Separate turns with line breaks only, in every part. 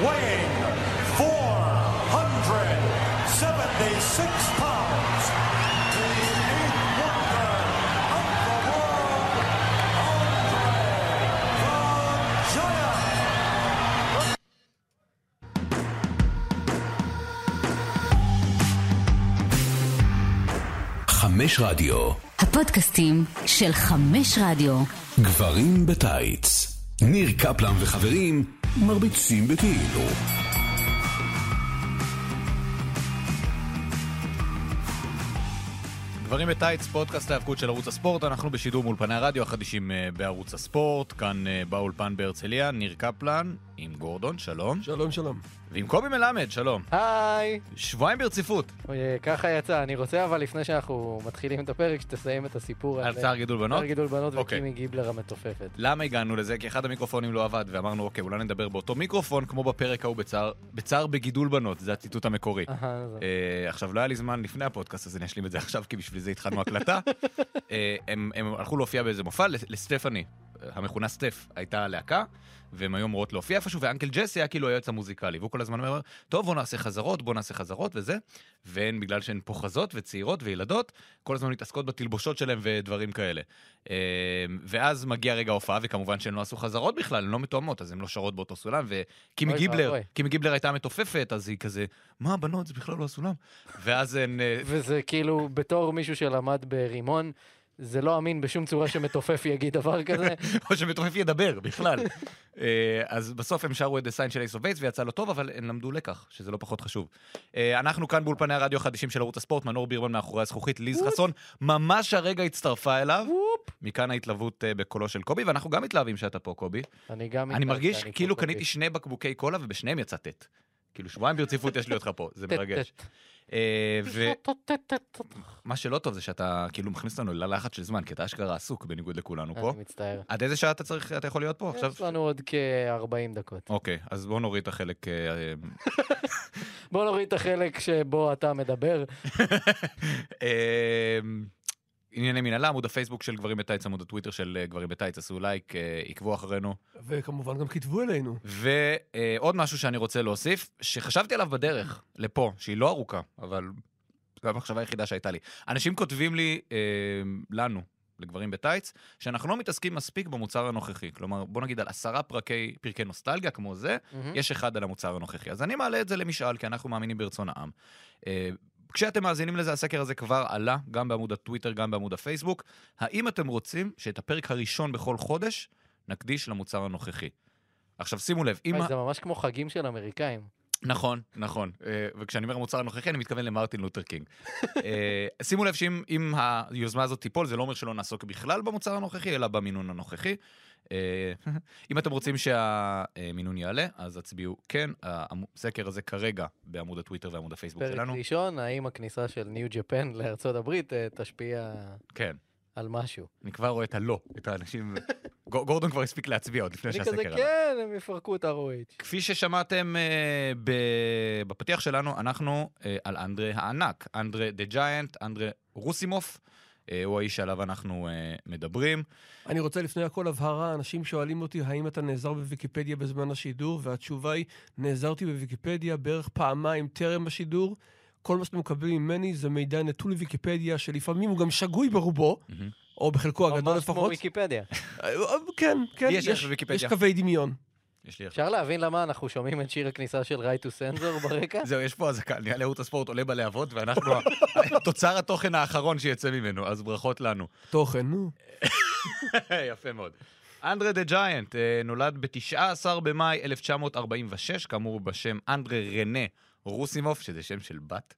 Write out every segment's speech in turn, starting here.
weighing 476 pounds, the eighth wonder of the world, Andre the Giant.
חמש רדיו,
הפודקאסטים של חמש רדיו.
גברים בטייץ. ניר קפלן וחברים מרביצים בכאילו.
גברים בטייץ, פודקאסט ההיאבקות של ערוץ הספורט, אנחנו בשידור מאולפני הרדיו החדישים אה, בערוץ הספורט, כאן אה, באולפן בהרצליה, ניר קפלן עם גורדון, שלום,
שלום, שלום.
ועם קובי מלמד, שלום.
היי,
שבועיים ברציפות
אוי, ככה יצא, אני רוצה אבל לפני שאנחנו מתחילים את הפרק, שתסיים את הסיפור
על
על
צער גידול בנות.
צער גידול בנות
אוקיי.
וקימי גיבלר המתופפת.
למה הגענו לזה? כי אחד המיקרופונים לא עבד, ואמרנו, אוקיי, אולי נדבר באותו מיקרופון, כמו בפרק ההוא בצער, בצער בגידול בנות, זה הציטוט המקורי.
אהה, זה-
אה, עכשיו, לא היה לי זמן לפני הפודקאסט, אז אני אשלים את זה עכשיו, כי בשביל זה התחלנו הקלטה. אה, הם הם הלכו להופיע באיזה מופע, לס- לסטפני, אה, המכונה סטף, הייתה להקה, והם היו אמורות להופיע איפשהו, ואנקל ג'סי היה כאילו היועץ המוזיקלי, והוא כל הזמן אומר, טוב, בוא נעשה חזרות, בוא נעשה חזרות וזה, והן, בגלל שהן פוחזות וצעירות וילדות, כל הזמן מתעסקות בתלבושות שלהם ודברים כאלה. אה, ואז מגיע רגע ההופעה, וכמובן שהן לא עשו חזרות בכלל, הן לא מתואמות, אז הן לא שרות באותו סולם, וקימי
אוי
גיבלר,
ואבוי.
קימי גיבלר הייתה מתופפת, אז היא כזה, מה, בנות, זה בכלל לא הסולם. ואז הן... אה,
וזה כאילו, בתור מישהו שלמד ברימון, זה לא אמין בשום צורה שמתופף יגיד דבר כזה.
או שמתופף ידבר בכלל. אה, אז בסוף הם שרו את הסיין של אייס אוף בייס ויצא לו טוב, אבל הם למדו לקח, שזה לא פחות חשוב. אה, אנחנו כאן באולפני הרדיו החדישים של ערוץ הספורט, מנור בירמן מאחורי הזכוכית, ליז חסון, ממש הרגע הצטרפה אליו. מכאן ההתלהבות אה, בקולו של קובי, ואנחנו גם מתלהבים שאתה פה, קובי.
אני גם...
אני
מתלהב
מרגיש
שאני
כאילו
קופתי.
קניתי שני בקבוקי קולה ובשניהם יצא טט. כאילו שבועיים ברציפות יש לי אותך פה, זה
טט,
מרגש.
טט.
אה, ו-
טט-טט-טט-טט.
מה שלא טוב זה שאתה כאילו מכניס אותנו ללחץ של זמן, כי אתה אשכרה עסוק בניגוד לכולנו פה.
אני מצטער.
עד איזה שעה אתה צריך, אתה יכול להיות פה אה, עכשיו?
יש לנו עוד כ-40 דקות.
אוקיי, אז בוא נוריד את החלק... אה, אה,
בוא נוריד את החלק שבו אתה מדבר.
אה, ענייני מנהלה, עמוד הפייסבוק של גברים בטייץ, עמוד הטוויטר של אה, גברים בטייץ, עשו לייק, אה, עקבו אחרינו.
וכמובן גם כתבו אלינו.
ועוד משהו שאני רוצה להוסיף, שחשבתי עליו בדרך, לפה, שהיא לא ארוכה, אבל זו המחשבה היחידה שהייתה לי. אנשים כותבים לי, אה, לנו, לגברים בטייץ, שאנחנו לא מתעסקים מספיק במוצר הנוכחי. כלומר, בוא נגיד על עשרה פרקי, פרקי נוסטלגיה כמו זה,
מהמם.
יש אחד על המוצר הנוכחי. אז אני מעלה את זה למשאל, כי אנחנו מאמינים ברצון העם. אה, כשאתם מאזינים לזה, הסקר הזה כבר עלה, גם בעמוד הטוויטר, גם בעמוד הפייסבוק. האם אתם רוצים שאת הפרק הראשון בכל חודש נקדיש למוצר הנוכחי? עכשיו שימו לב, אם...
וואי,
ה-
זה ממש כמו חגים של אמריקאים.
נכון, נכון. אה, וכשאני אומר המוצר הנוכחי, אני מתכוון למרטין לותר קינג. אה, שימו לב שאם אם היוזמה הזאת תיפול, זה לא אומר שלא נעסוק בכלל במוצר הנוכחי, אלא במינון הנוכחי. אה, אם אתם רוצים שהמינון יעלה, אז הצביעו כן. הסקר הזה כרגע בעמוד הטוויטר ועמוד הפייסבוק
פרק
שלנו.
ראשון, האם הכניסה של ניו ג'פן לארצות הברית אה, תשפיע
כן.
על משהו?
אני כבר רואה את הלא, את האנשים... גור- גורדון כבר הספיק להצביע עוד לפני
אני
שהסקר
כזה,
עלה.
כן, הם יפרקו את ה-ROH.
כפי ששמעתם אה, ב- בפתיח שלנו, אנחנו אה, על אנדרה הענק, אנדרה דה ג'יינט, אנדרה רוסימוף, אה, הוא האיש שעליו אנחנו אה, מדברים.
אני רוצה לפני הכל הבהרה, אנשים שואלים אותי האם אתה נעזר בוויקיפדיה בזמן השידור, והתשובה היא, נעזרתי בוויקיפדיה בערך פעמיים טרם השידור. כל מה שאתם מקבלים ממני זה מידע נטול ויקיפדיה, שלפעמים הוא גם שגוי ברובו, או בחלקו הגדול
ממש כמו
לפחות.
ויקיפדיה.
אה, אה, כן, כן,
יש ערך בוויקיפדיה.
יש קווי דמיון.
יש לי עכשיו.
אפשר להבין למה אנחנו שומעים את שיר הכניסה של right to sensor ברקע?
זהו, יש פה אזעקה, נראה לי ערוץ הספורט עולה בלהבות, ואנחנו תוצר התוכן האחרון שיצא ממנו, אז ברכות לנו.
תוכן, נו.
יפה מאוד. אנדרה דה ג'יינט אה, נולד ב-19 במאי 1946, כאמור בשם אנדרה רנה רוסימוף, שזה שם של בת.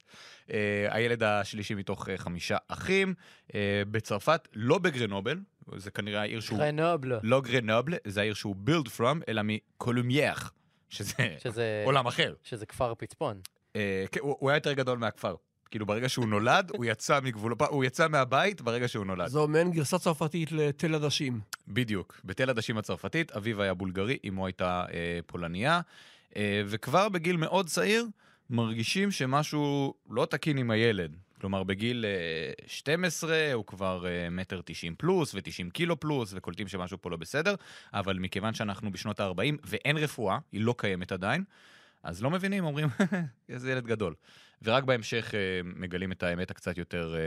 אה, הילד השלישי מתוך אה, חמישה אחים, אה, בצרפת, לא בגרנובל, זה כנראה העיר שהוא...
רנובלו,
לא גרנובל, זה העיר שהוא build from, אלא מקולומייח, שזה
שזה-
עולם אחר.
שזה כפר פצפון.
אה, כן, הוא הוא היה יותר גדול מהכפר. כאילו ברגע שהוא נולד, הוא יצא מגבולו, הוא יצא מהבית ברגע שהוא נולד.
זו מעין גרסה צרפתית לתל עדשים.
בדיוק, בתל עדשים הצרפתית, אביו היה בולגרי, אמו הייתה אה, פולניה, אה, וכבר בגיל מאוד צעיר מרגישים שמשהו לא תקין עם הילד. כלומר, בגיל אה, 12 הוא כבר אה, מטר 90 פלוס ו-90 קילו פלוס, וקולטים שמשהו פה לא בסדר, אבל מכיוון שאנחנו בשנות ה-40 ואין רפואה, היא לא קיימת עדיין, אז לא מבינים, אומרים, איזה ילד גדול. ורק בהמשך אה, מגלים את האמת הקצת יותר אה,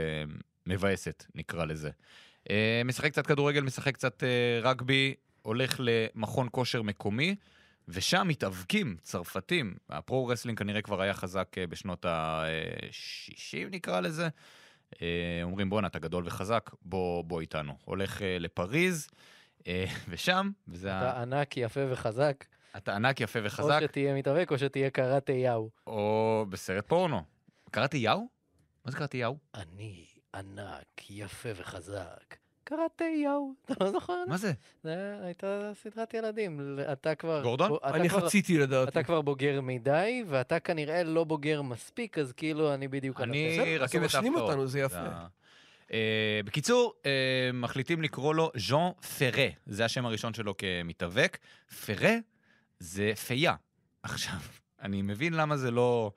מבאסת, נקרא לזה. אה, משחק קצת כדורגל, משחק קצת אה, רגבי, הולך למכון כושר מקומי, ושם מתאבקים צרפתים. הפרו-רסלינג כנראה כבר היה חזק אה, בשנות ה-60 נקרא לזה. אה, אומרים, בואנה, אתה גדול וחזק, בוא, בוא איתנו. הולך אה, לפריז, אה, ושם, וזה
אתה ענק, יפה וחזק.
הטענק יפה
או
וחזק,
שתהיה מתאבק או שתהיה קראטה יאו.
או בסרט פורנו. קראתי יאו? מה זה קראתי יאו?
אני ענק, יפה וחזק. קראטה יאו. אתה לא זוכר?
מה זה?
זה הייתה סדרת ילדים. ל- אתה כבר...
גורדון?
בו- אתה
אני
כבר-
חציתי לדעתי.
אתה כבר בוגר מדי, ואתה כנראה לא בוגר מספיק, אז כאילו אני בדיוק... על
אני
התפר.
בסדר,
רכבת
אתם משנים
ההפתעות.
אותנו, זה יפה.
ה- אה, בקיצור, אה, מחליטים לקרוא לו ז'אן פרה. זה השם הראשון שלו כמתאבק. פרה זה פייה. עכשיו, אני מבין למה זה לא...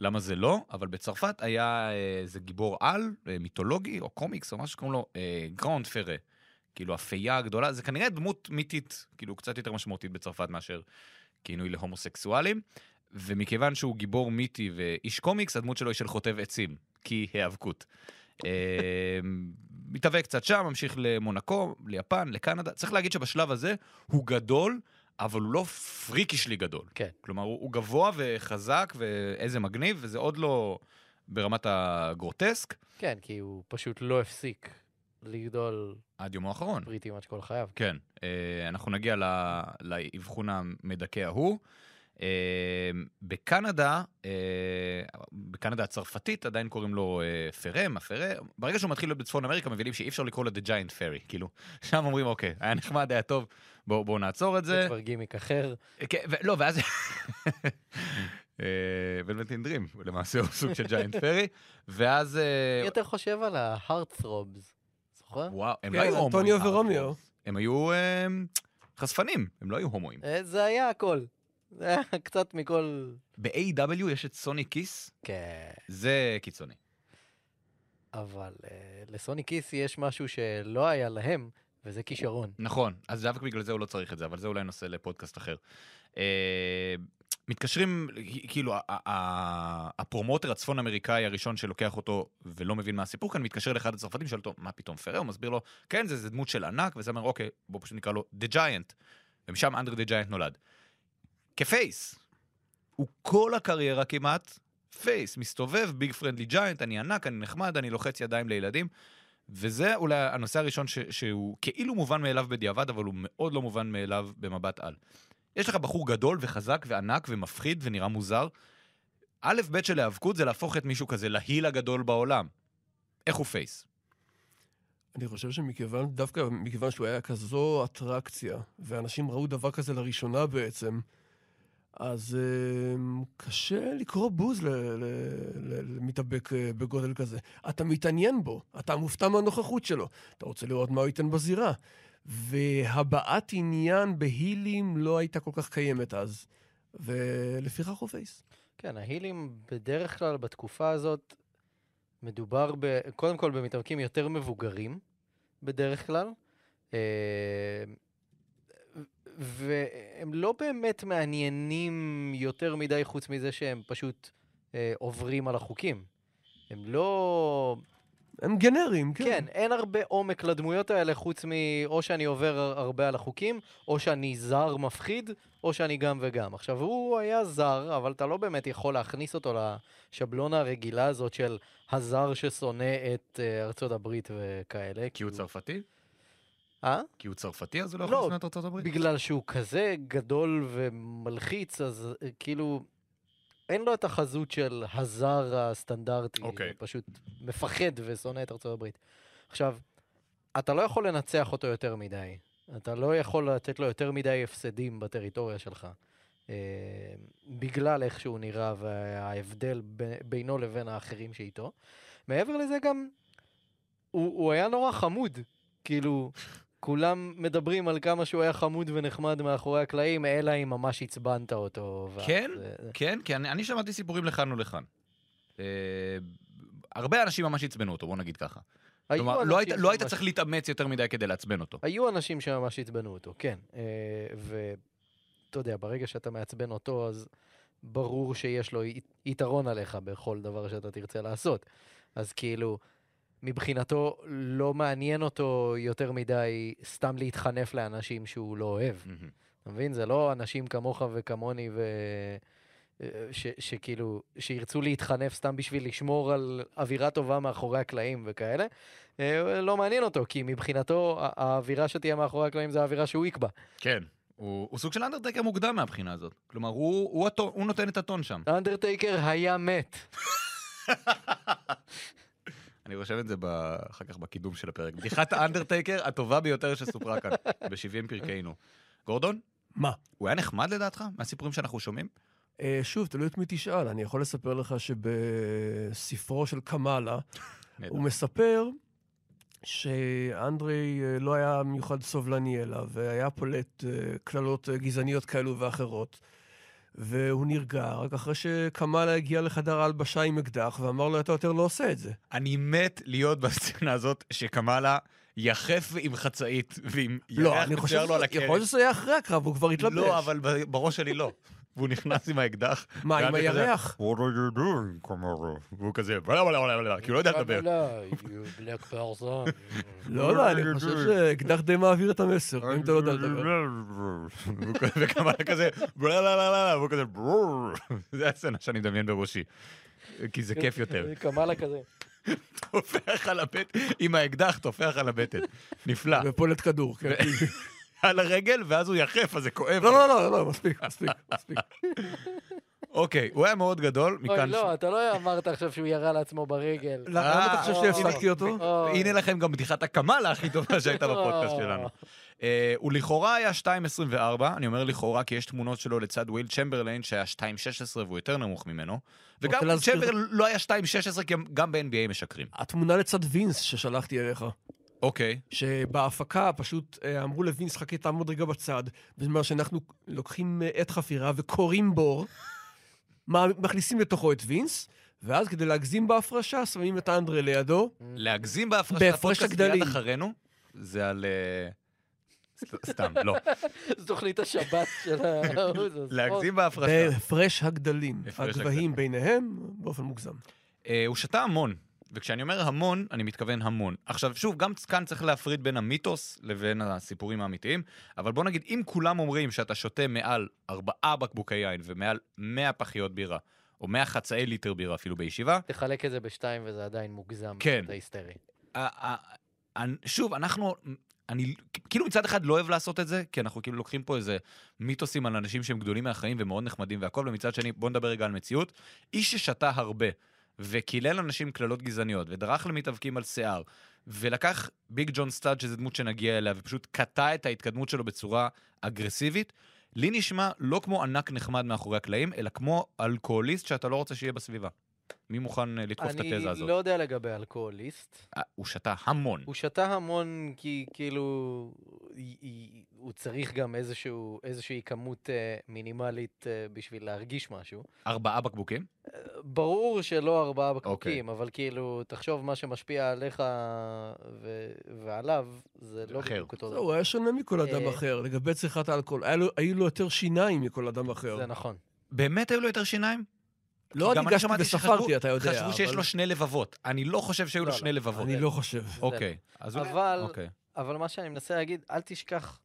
למה זה לא, אבל בצרפת היה אה, איזה גיבור על, אה, מיתולוגי, או קומיקס, או משהו שקוראים לו אה, גרנד פרה. כאילו, הפייה הגדולה, זה כנראה דמות מיתית, כאילו, קצת יותר משמעותית בצרפת מאשר כינוי להומוסקסואלים. ומכיוון שהוא גיבור מיתי ואיש קומיקס, הדמות שלו היא של חוטב עצים, כי היאבקות. אה, מתאבק קצת שם, ממשיך למונקו, ליפן, לקנדה. צריך להגיד שבשלב הזה הוא גדול, אבל הוא לא פריקי גדול.
כן.
כלומר, הוא, הוא גבוה וחזק ואיזה מגניב, וזה עוד לא ברמת הגרוטסק,
כן, כי הוא פשוט לא הפסיק לגדול
עד יומו האחרון.
פריטי מאץ' כל חייו.
כן, אה, אנחנו נגיע ל- לאבחון המדכא ההוא. אה, בקנדה, אה, בקנדה הצרפתית עדיין קוראים לו אה, פרה, מפרה. ברגע שהוא מתחיל להיות בצפון אמריקה מבינים שאי אפשר לקרוא לו The Giant Fairy, כאילו. שם אומרים, אוקיי, היה נחמד, היה טוב, בואו בוא נעצור את
זה
זה.
כבר גימיק אחר.
כן, ו- לא, ואז... ולמטין דרים, למעשה הוא סוג של ג'יינט פרי, ואז... אה,
אני יותר חושב על ההארטסרובס, זוכר?
וואו, הם לא
כן,
היו הומואים.
אנטוניו
אה,
ורומיו.
הם היו אה, חשפנים, הם לא היו הומואים.
אה, זה היה הכל. זה היה קצת מכל...
ב-AW יש את סוני כיס,
כן.
זה קיצוני.
אבל אה, לסוני כיס יש משהו שלא היה להם, וזה כישרון.
נכון, אז דווקא בגלל זה הוא לא צריך את זה, אבל זה אולי נושא לפודקאסט אחר. אה, מתקשרים, כאילו, ה- ה- ה- הפרומוטר הצפון אמריקאי הראשון שלוקח אותו ולא מבין מה הסיפור כאן, מתקשר לאחד הצרפתים, שואל אותו, מה פתאום פרה? הוא מסביר לו, כן, זה, זה דמות של ענק, וזה אומר, אוקיי, בוא פשוט נקרא לו The Giant. ומשם אנדר The Giant נולד. כפייס. הוא כל הקריירה כמעט פייס, מסתובב, ביג פרנדלי ג'יינט, אני ענק, אני נחמד, אני לוחץ ידיים לילדים. וזה אולי הנושא הראשון ש- שהוא כאילו מובן מאליו בדיעבד, אבל הוא מאוד לא מובן מאליו במבט על. יש לך בחור גדול וחזק וענק ומפחיד ונראה מוזר. א' ב' של היאבקות זה להפוך את מישהו כזה להיל הגדול בעולם. איך הוא פייס?
אני חושב שמכיוון, דווקא מכיוון שהוא היה כזו אטרקציה, ואנשים ראו דבר כזה לראשונה בעצם, אז אה, קשה לקרוא בוז ל- ל- ל- למתאבק אה, בגודל כזה. אתה מתעניין בו, אתה מופתע מהנוכחות שלו, אתה רוצה לראות מה הוא ייתן בזירה. והבעת עניין בהילים לא הייתה כל כך קיימת אז, ולפיכך הוא פייס.
כן, ההילים בדרך כלל בתקופה הזאת מדובר ב, קודם כל במתאבקים יותר מבוגרים, בדרך כלל, אה, והם לא באמת מעניינים יותר מדי חוץ מזה שהם פשוט אה, עוברים על החוקים. הם לא...
הם גנריים, כן.
כן, אין הרבה עומק לדמויות האלה חוץ מאו שאני עובר הר- הרבה על החוקים, או שאני זר מפחיד, או שאני גם וגם. עכשיו, הוא היה זר, אבל אתה לא באמת יכול להכניס אותו לשבלונה הרגילה הזאת של הזר ששונא את אה, ארצות הברית וכאלה.
כי הוא צרפתי?
אה?
כי הוא צרפתי אז הוא לא
לא,
יכול לשנוא את ארצות הברית?
בגלל שהוא כזה גדול ומלחיץ, אז אה, כאילו... אין לו את החזות של הזר הסטנדרטי,
אוקיי.
הוא פשוט מפחד ושונא את ארצות הברית. עכשיו, אתה לא יכול לנצח אותו יותר מדי. אתה לא יכול לתת לו יותר מדי הפסדים בטריטוריה שלך. אה, בגלל איך שהוא נראה וההבדל ב- בינו לבין האחרים שאיתו. מעבר לזה גם, הוא, הוא היה נורא חמוד. כאילו, כולם מדברים על כמה שהוא היה חמוד ונחמד מאחורי הקלעים, אלא אם ממש עצבנת אותו. ואז,
כן?
אה,
כן, כי אני, אני שמעתי סיפורים לכאן ולכאן. אה, הרבה אנשים ממש עצבנו אותו, בוא נגיד ככה.
אה, היו
כלומר,
אנשים
לא היית, לא היית
שממש-
צריך להתאמץ יותר מדי כדי לעצבן אותו.
היו אנשים שממש עצבנו אותו, כן. ואתה יודע, ברגע שאתה מעצבן אותו, אז ברור שיש לו י- יתרון עליך בכל דבר שאתה תרצה לעשות. אז כאילו, מבחינתו לא מעניין אותו יותר מדי סתם להתחנף לאנשים שהוא לא אוהב.
מהמם.
אתה מבין? זה לא אנשים כמוך וכמוני ו... ש, שכאילו, שירצו להתחנף סתם בשביל לשמור על אווירה טובה מאחורי הקלעים וכאלה, אה, לא מעניין אותו, כי מבחינתו ה- האווירה שתהיה מאחורי הקלעים זה האווירה שהוא יקבע.
כן. הוא, הוא סוג של אנדרטקר מוקדם מהבחינה הזאת. כלומר, הוא, הוא, הטון, הוא נותן את הטון שם.
אנדרטייקר היה מת.
אני רושם את זה ב... אחר כך בקידום של הפרק. בדיחת האנדרטייקר הטובה ביותר שסופרה כאן, ב-70 פרקינו. גורדון,
מה?
הוא היה נחמד לדעתך מהסיפורים שאנחנו שומעים?
אה, שוב, תלוי את מי תשאל. אני יכול לספר לך שבספרו של קמאלה,
נהדר.
הוא מספר שאנדרי אה, לא היה מיוחד סובלני אליו, והיה פולט אה, קללות אה, גזעניות כאלו ואחרות, והוא נרגע רק אחרי שקמאלה הגיע לחדר ההלבשה עם אקדח ואמר לו, אתה יותר לא עושה את זה.
אני מת להיות בסצנה הזאת שקמאלה יחף עם חצאית ועם
לא,
ירח
אני חושב
מצויר לו על
שזה- יכול
הקרן.
להיות שזה היה אחרי הקרב, הוא כבר התלבש.
לא, אבל ב- בראש שלי לא. והוא נכנס עם האקדח.
מה, עם
ואנדרי כזה,
הירח?
What are you doing, קמאלה? והוא כזה, "בלה, בלה, בלה, בלה", כי הוא לא יודע לדבר.
לא, לא, אני חושב שאקדח די מעביר את המסר, אם אתה לא יודע לדבר.
והוא כזה- וקמאלה כזה, "בלה, בלה, בלה, בלה", והוא כזה, "ברור". זה הסצנה שאני מדמיין בראשי. כי זה כיף יותר.
אה, קמאלה כזה.
טופח על הבטן, עם האקדח טופח על הבטן. נפלא.
ופולט כדור, כן.
על הרגל, ואז הוא יחף, אז זה כואב.
לא, לא, לא, לא, מספיק, מספיק,
אה,
מספיק.
אוקיי, הוא היה מאוד גדול,
אוי,
מכאן...
לא, אתה לא אמרת עכשיו שהוא ירה לעצמו ברגל.
למה אתה חושב
אוי.
שהפסקתי אותו?
אוי.
הנה לכם גם בדיחת הקמאלה הכי טובה שהייתה בפודקאסט שלנו. אה, הוא לכאורה היה 2.24, אני אומר לכאורה כי יש תמונות שלו לצד וויל צ'מברליין שהיה 2.16 והוא יותר נמוך ממנו. וגם
רוצה
וויל
להזכיר-
צ'מברליין לא היה 2.16 כי גם ב-NBA משקרים.
התמונה לצד וינס ששלחתי אליך,
אוקיי.
שבהפקה פשוט אה, אמרו לווינס, חכה, תעמוד רגע בצד, בזמן שאנחנו לוקחים אה, עט חפירה וכורים בור, מה- מכניסים לתוכו את וינס, ואז כדי להגזים בהפרשה, שמים את אנדרה לידו.
להגזים בהפרשת
בהפרש
הפודקאסט מיד
הגדלים.
אחרינו, זה על... אה, ס- סתם, לא.
זו תוכנית השבת של ההוא, זה ספורט.
להגזים בהפרשה.
בהפרש הגדלים,
הפרש הגדלים.
הגבהים ביניהם, באופן מוגזם.
אה, הוא שתה המון, וכשאני אומר המון, אני מתכוון המון. עכשיו, שוב, גם כאן צריך להפריד בין המיתוס לבין הסיפורים האמיתיים, אבל בוא נגיד, אם כולם אומרים שאתה שותה מעל ארבעה בקבוקי יין ומעל 100 פחיות בירה, או 100 חצאי ליטר בירה אפילו בישיבה,
תחלק את זה בשתיים וזה עדיין מוגזם.
כן.
זה היסטרי.
ה- ה- אנ- שוב, אנחנו... אני כאילו מצד אחד לא אוהב לעשות את זה, כי אנחנו כאילו לוקחים פה איזה מיתוסים על אנשים שהם גדולים מהחיים ומאוד נחמדים והכל, ומצד שני, בוא נדבר רגע על מציאות. איש ששתה הרבה, וקילל אנשים קללות גזעניות, ודרך למתאבקים על שיער, ולקח ביג ג'ון סטאד, שזו דמות שנגיע אליה, ופשוט קטע את ההתקדמות שלו בצורה אגרסיבית, לי נשמע לא כמו ענק נחמד מאחורי הקלעים, אלא כמו אלכוהוליסט שאתה לא רוצה שיהיה בסביבה. מי מוכן אה, לתקוף את
אני
התזה הזאת?
לא יודע לגבי אלכוהוליסט.
אה, הוא שתה המון.
הוא שתה המון כי כאילו י- י- הוא צריך גם איזשהו, איזושהי כמות אה, מינימלית אה, בשביל להרגיש משהו.
ארבעה בקבוקים?
ברור שלא ארבעה
אוקיי.
בקבוקים, אבל כאילו, תחשוב מה שמשפיע עליך ו- ועליו, זה לא
אחר.
בדיוק אותו
זהו, הוא
דבר.
היה שונה מכל אדם
אה,
אחר, לגבי צריכת האלכוהול. היה לו- היו לו יותר שיניים מכל אדם אחר.
זה נכון.
באמת היו לו יותר שיניים?
לא
גם אני
ניגשתי
שמעתי שחשבו-
וספרתי, אתה יודע.
חשבו שיש
אבל
לו שני לבבות. אני לא חושב שהיו לו
לא,
שני
לא.
לבבות.
אני לא חושב.
אוקיי. אז אולי-
אבל-
אוקיי.
אבל מה שאני מנסה להגיד, אל תשכח,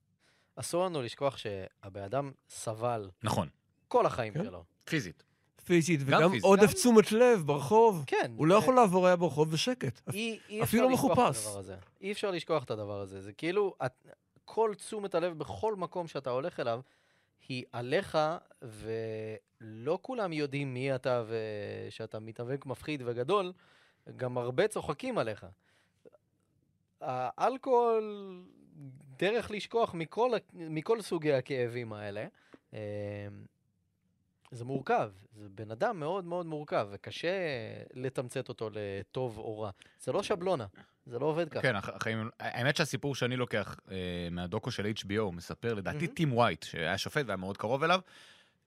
אסור לנו לשכוח שהבן אדם סבל
נכון.
כל החיים
כן.
שלו.
פיזית.
פיזית,
גם
וגם
פיזית.
עודף
גם-
תשומת לב ברחוב.
כן.
הוא לא
זה-
יכול לעבור היה ברחוב בשקט.
אי, אי
אפילו לא
אפשר לשכוח את
מחופש.
הדבר הזה. אי אפשר לשכוח את הדבר הזה. זה כאילו, את, כל תשומת הלב בכל מקום שאתה הולך אליו, היא עליך, ולא כולם יודעים מי אתה ושאתה מתאבק מפחיד וגדול, גם הרבה צוחקים עליך. האלכוהול, דרך לשכוח מכל, ה- מכל סוגי הכאבים האלה. אמ, זה מורכב, זה בן אדם מאוד מאוד מורכב, וקשה לתמצת אותו לטוב או רע. זה לא שבלונה, זה לא עובד ככה.
כן, הח- החיים... האמת שהסיפור שאני לוקח אה, מהדוקו של HBO מספר, לדעתי
מהמם.
טים ווייט, שהיה שופט והיה מאוד קרוב אליו,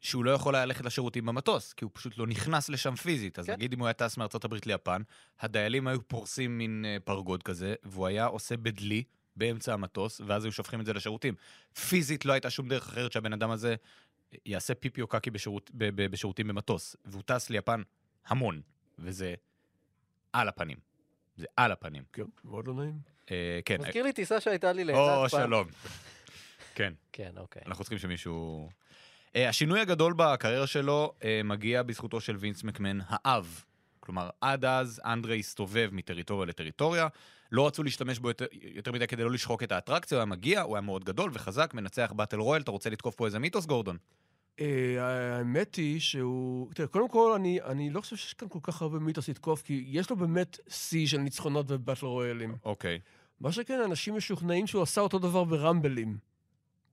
שהוא לא יכול היה ללכת לשירותים במטוס, כי הוא פשוט לא נכנס לשם פיזית. אז
כן.
נגיד אם הוא היה טס מארצות הברית ליפן, הדיילים היו פורסים מין אה, פרגוד כזה, והוא היה עושה בדלי באמצע המטוס, ואז היו שופכים את זה לשירותים. פיזית לא הייתה שום דרך אחרת שהבן אדם הזה אה, יעשה פיפי או קקי בשירות, ב- ב- בשירותים במטוס. והוא טס ליפן המון, וזה על הפנים. זה על הפנים.
כן, מאוד לא נעים.
אה, כן.
מזכיר לי טיסה שהייתה לי לאילת
או,
פעם.
שלום. כן.
כן, אוקיי.
אנחנו צריכים שמישהו... אה, השינוי הגדול בקריירה שלו אה, מגיע בזכותו של וינס מקמן, האב. כלומר, עד אז אנדרי הסתובב מטריטוריה לטריטוריה, לא רצו להשתמש בו יותר, יותר מדי כדי לא לשחוק את האטרקציה, הוא היה מגיע, הוא היה מאוד גדול וחזק, מנצח באטל רויאל, אתה רוצה לתקוף פה איזה מיתוס, גורדון?
אה, האמת היא שהוא... תראה, קודם כל, אני, אני לא חושב שיש כאן כל כך הרבה מיתוס לתקוף, כי יש לו באמת שיא של ניצחונות בבטל רויאלים.
אוקיי.
מה שכן, אנשים משוכנעים שהוא עשה אותו דבר ברמבלים.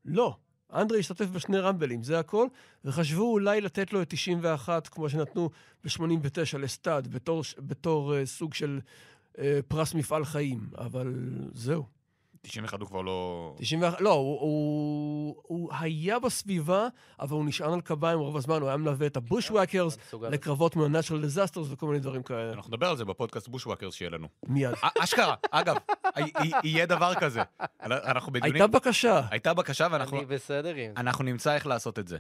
לא. אנדרי השתתף בשני רמבלים, זה הכל, וחשבו אולי לתת לו את 91, כמו שנתנו ב-89 לסטאד, בתור, בתור אה, סוג של אה, פרס מפעל חיים, אבל זהו.
91 הוא כבר לא...
91, לא, הוא, הוא, הוא היה בסביבה, אבל הוא נשען על קביים רוב הזמן, הוא היה מלווה את הבושוואקרס
אתה מסוגל.
לקרבות מהנאצ'רל דיזסטרס וכל מיני דברים כאלה.
אנחנו נדבר על זה בפודקאסט בושוואקרס שיהיה לנו.
מיד.
אה, אשכרה, אגב, ה- י- יהיה דבר כזה. אנחנו בדיונים...
הייתה בקשה.
הייתה בקשה ואנחנו
אני בסדר עם זה.
אנחנו נמצא איך לעשות את זה.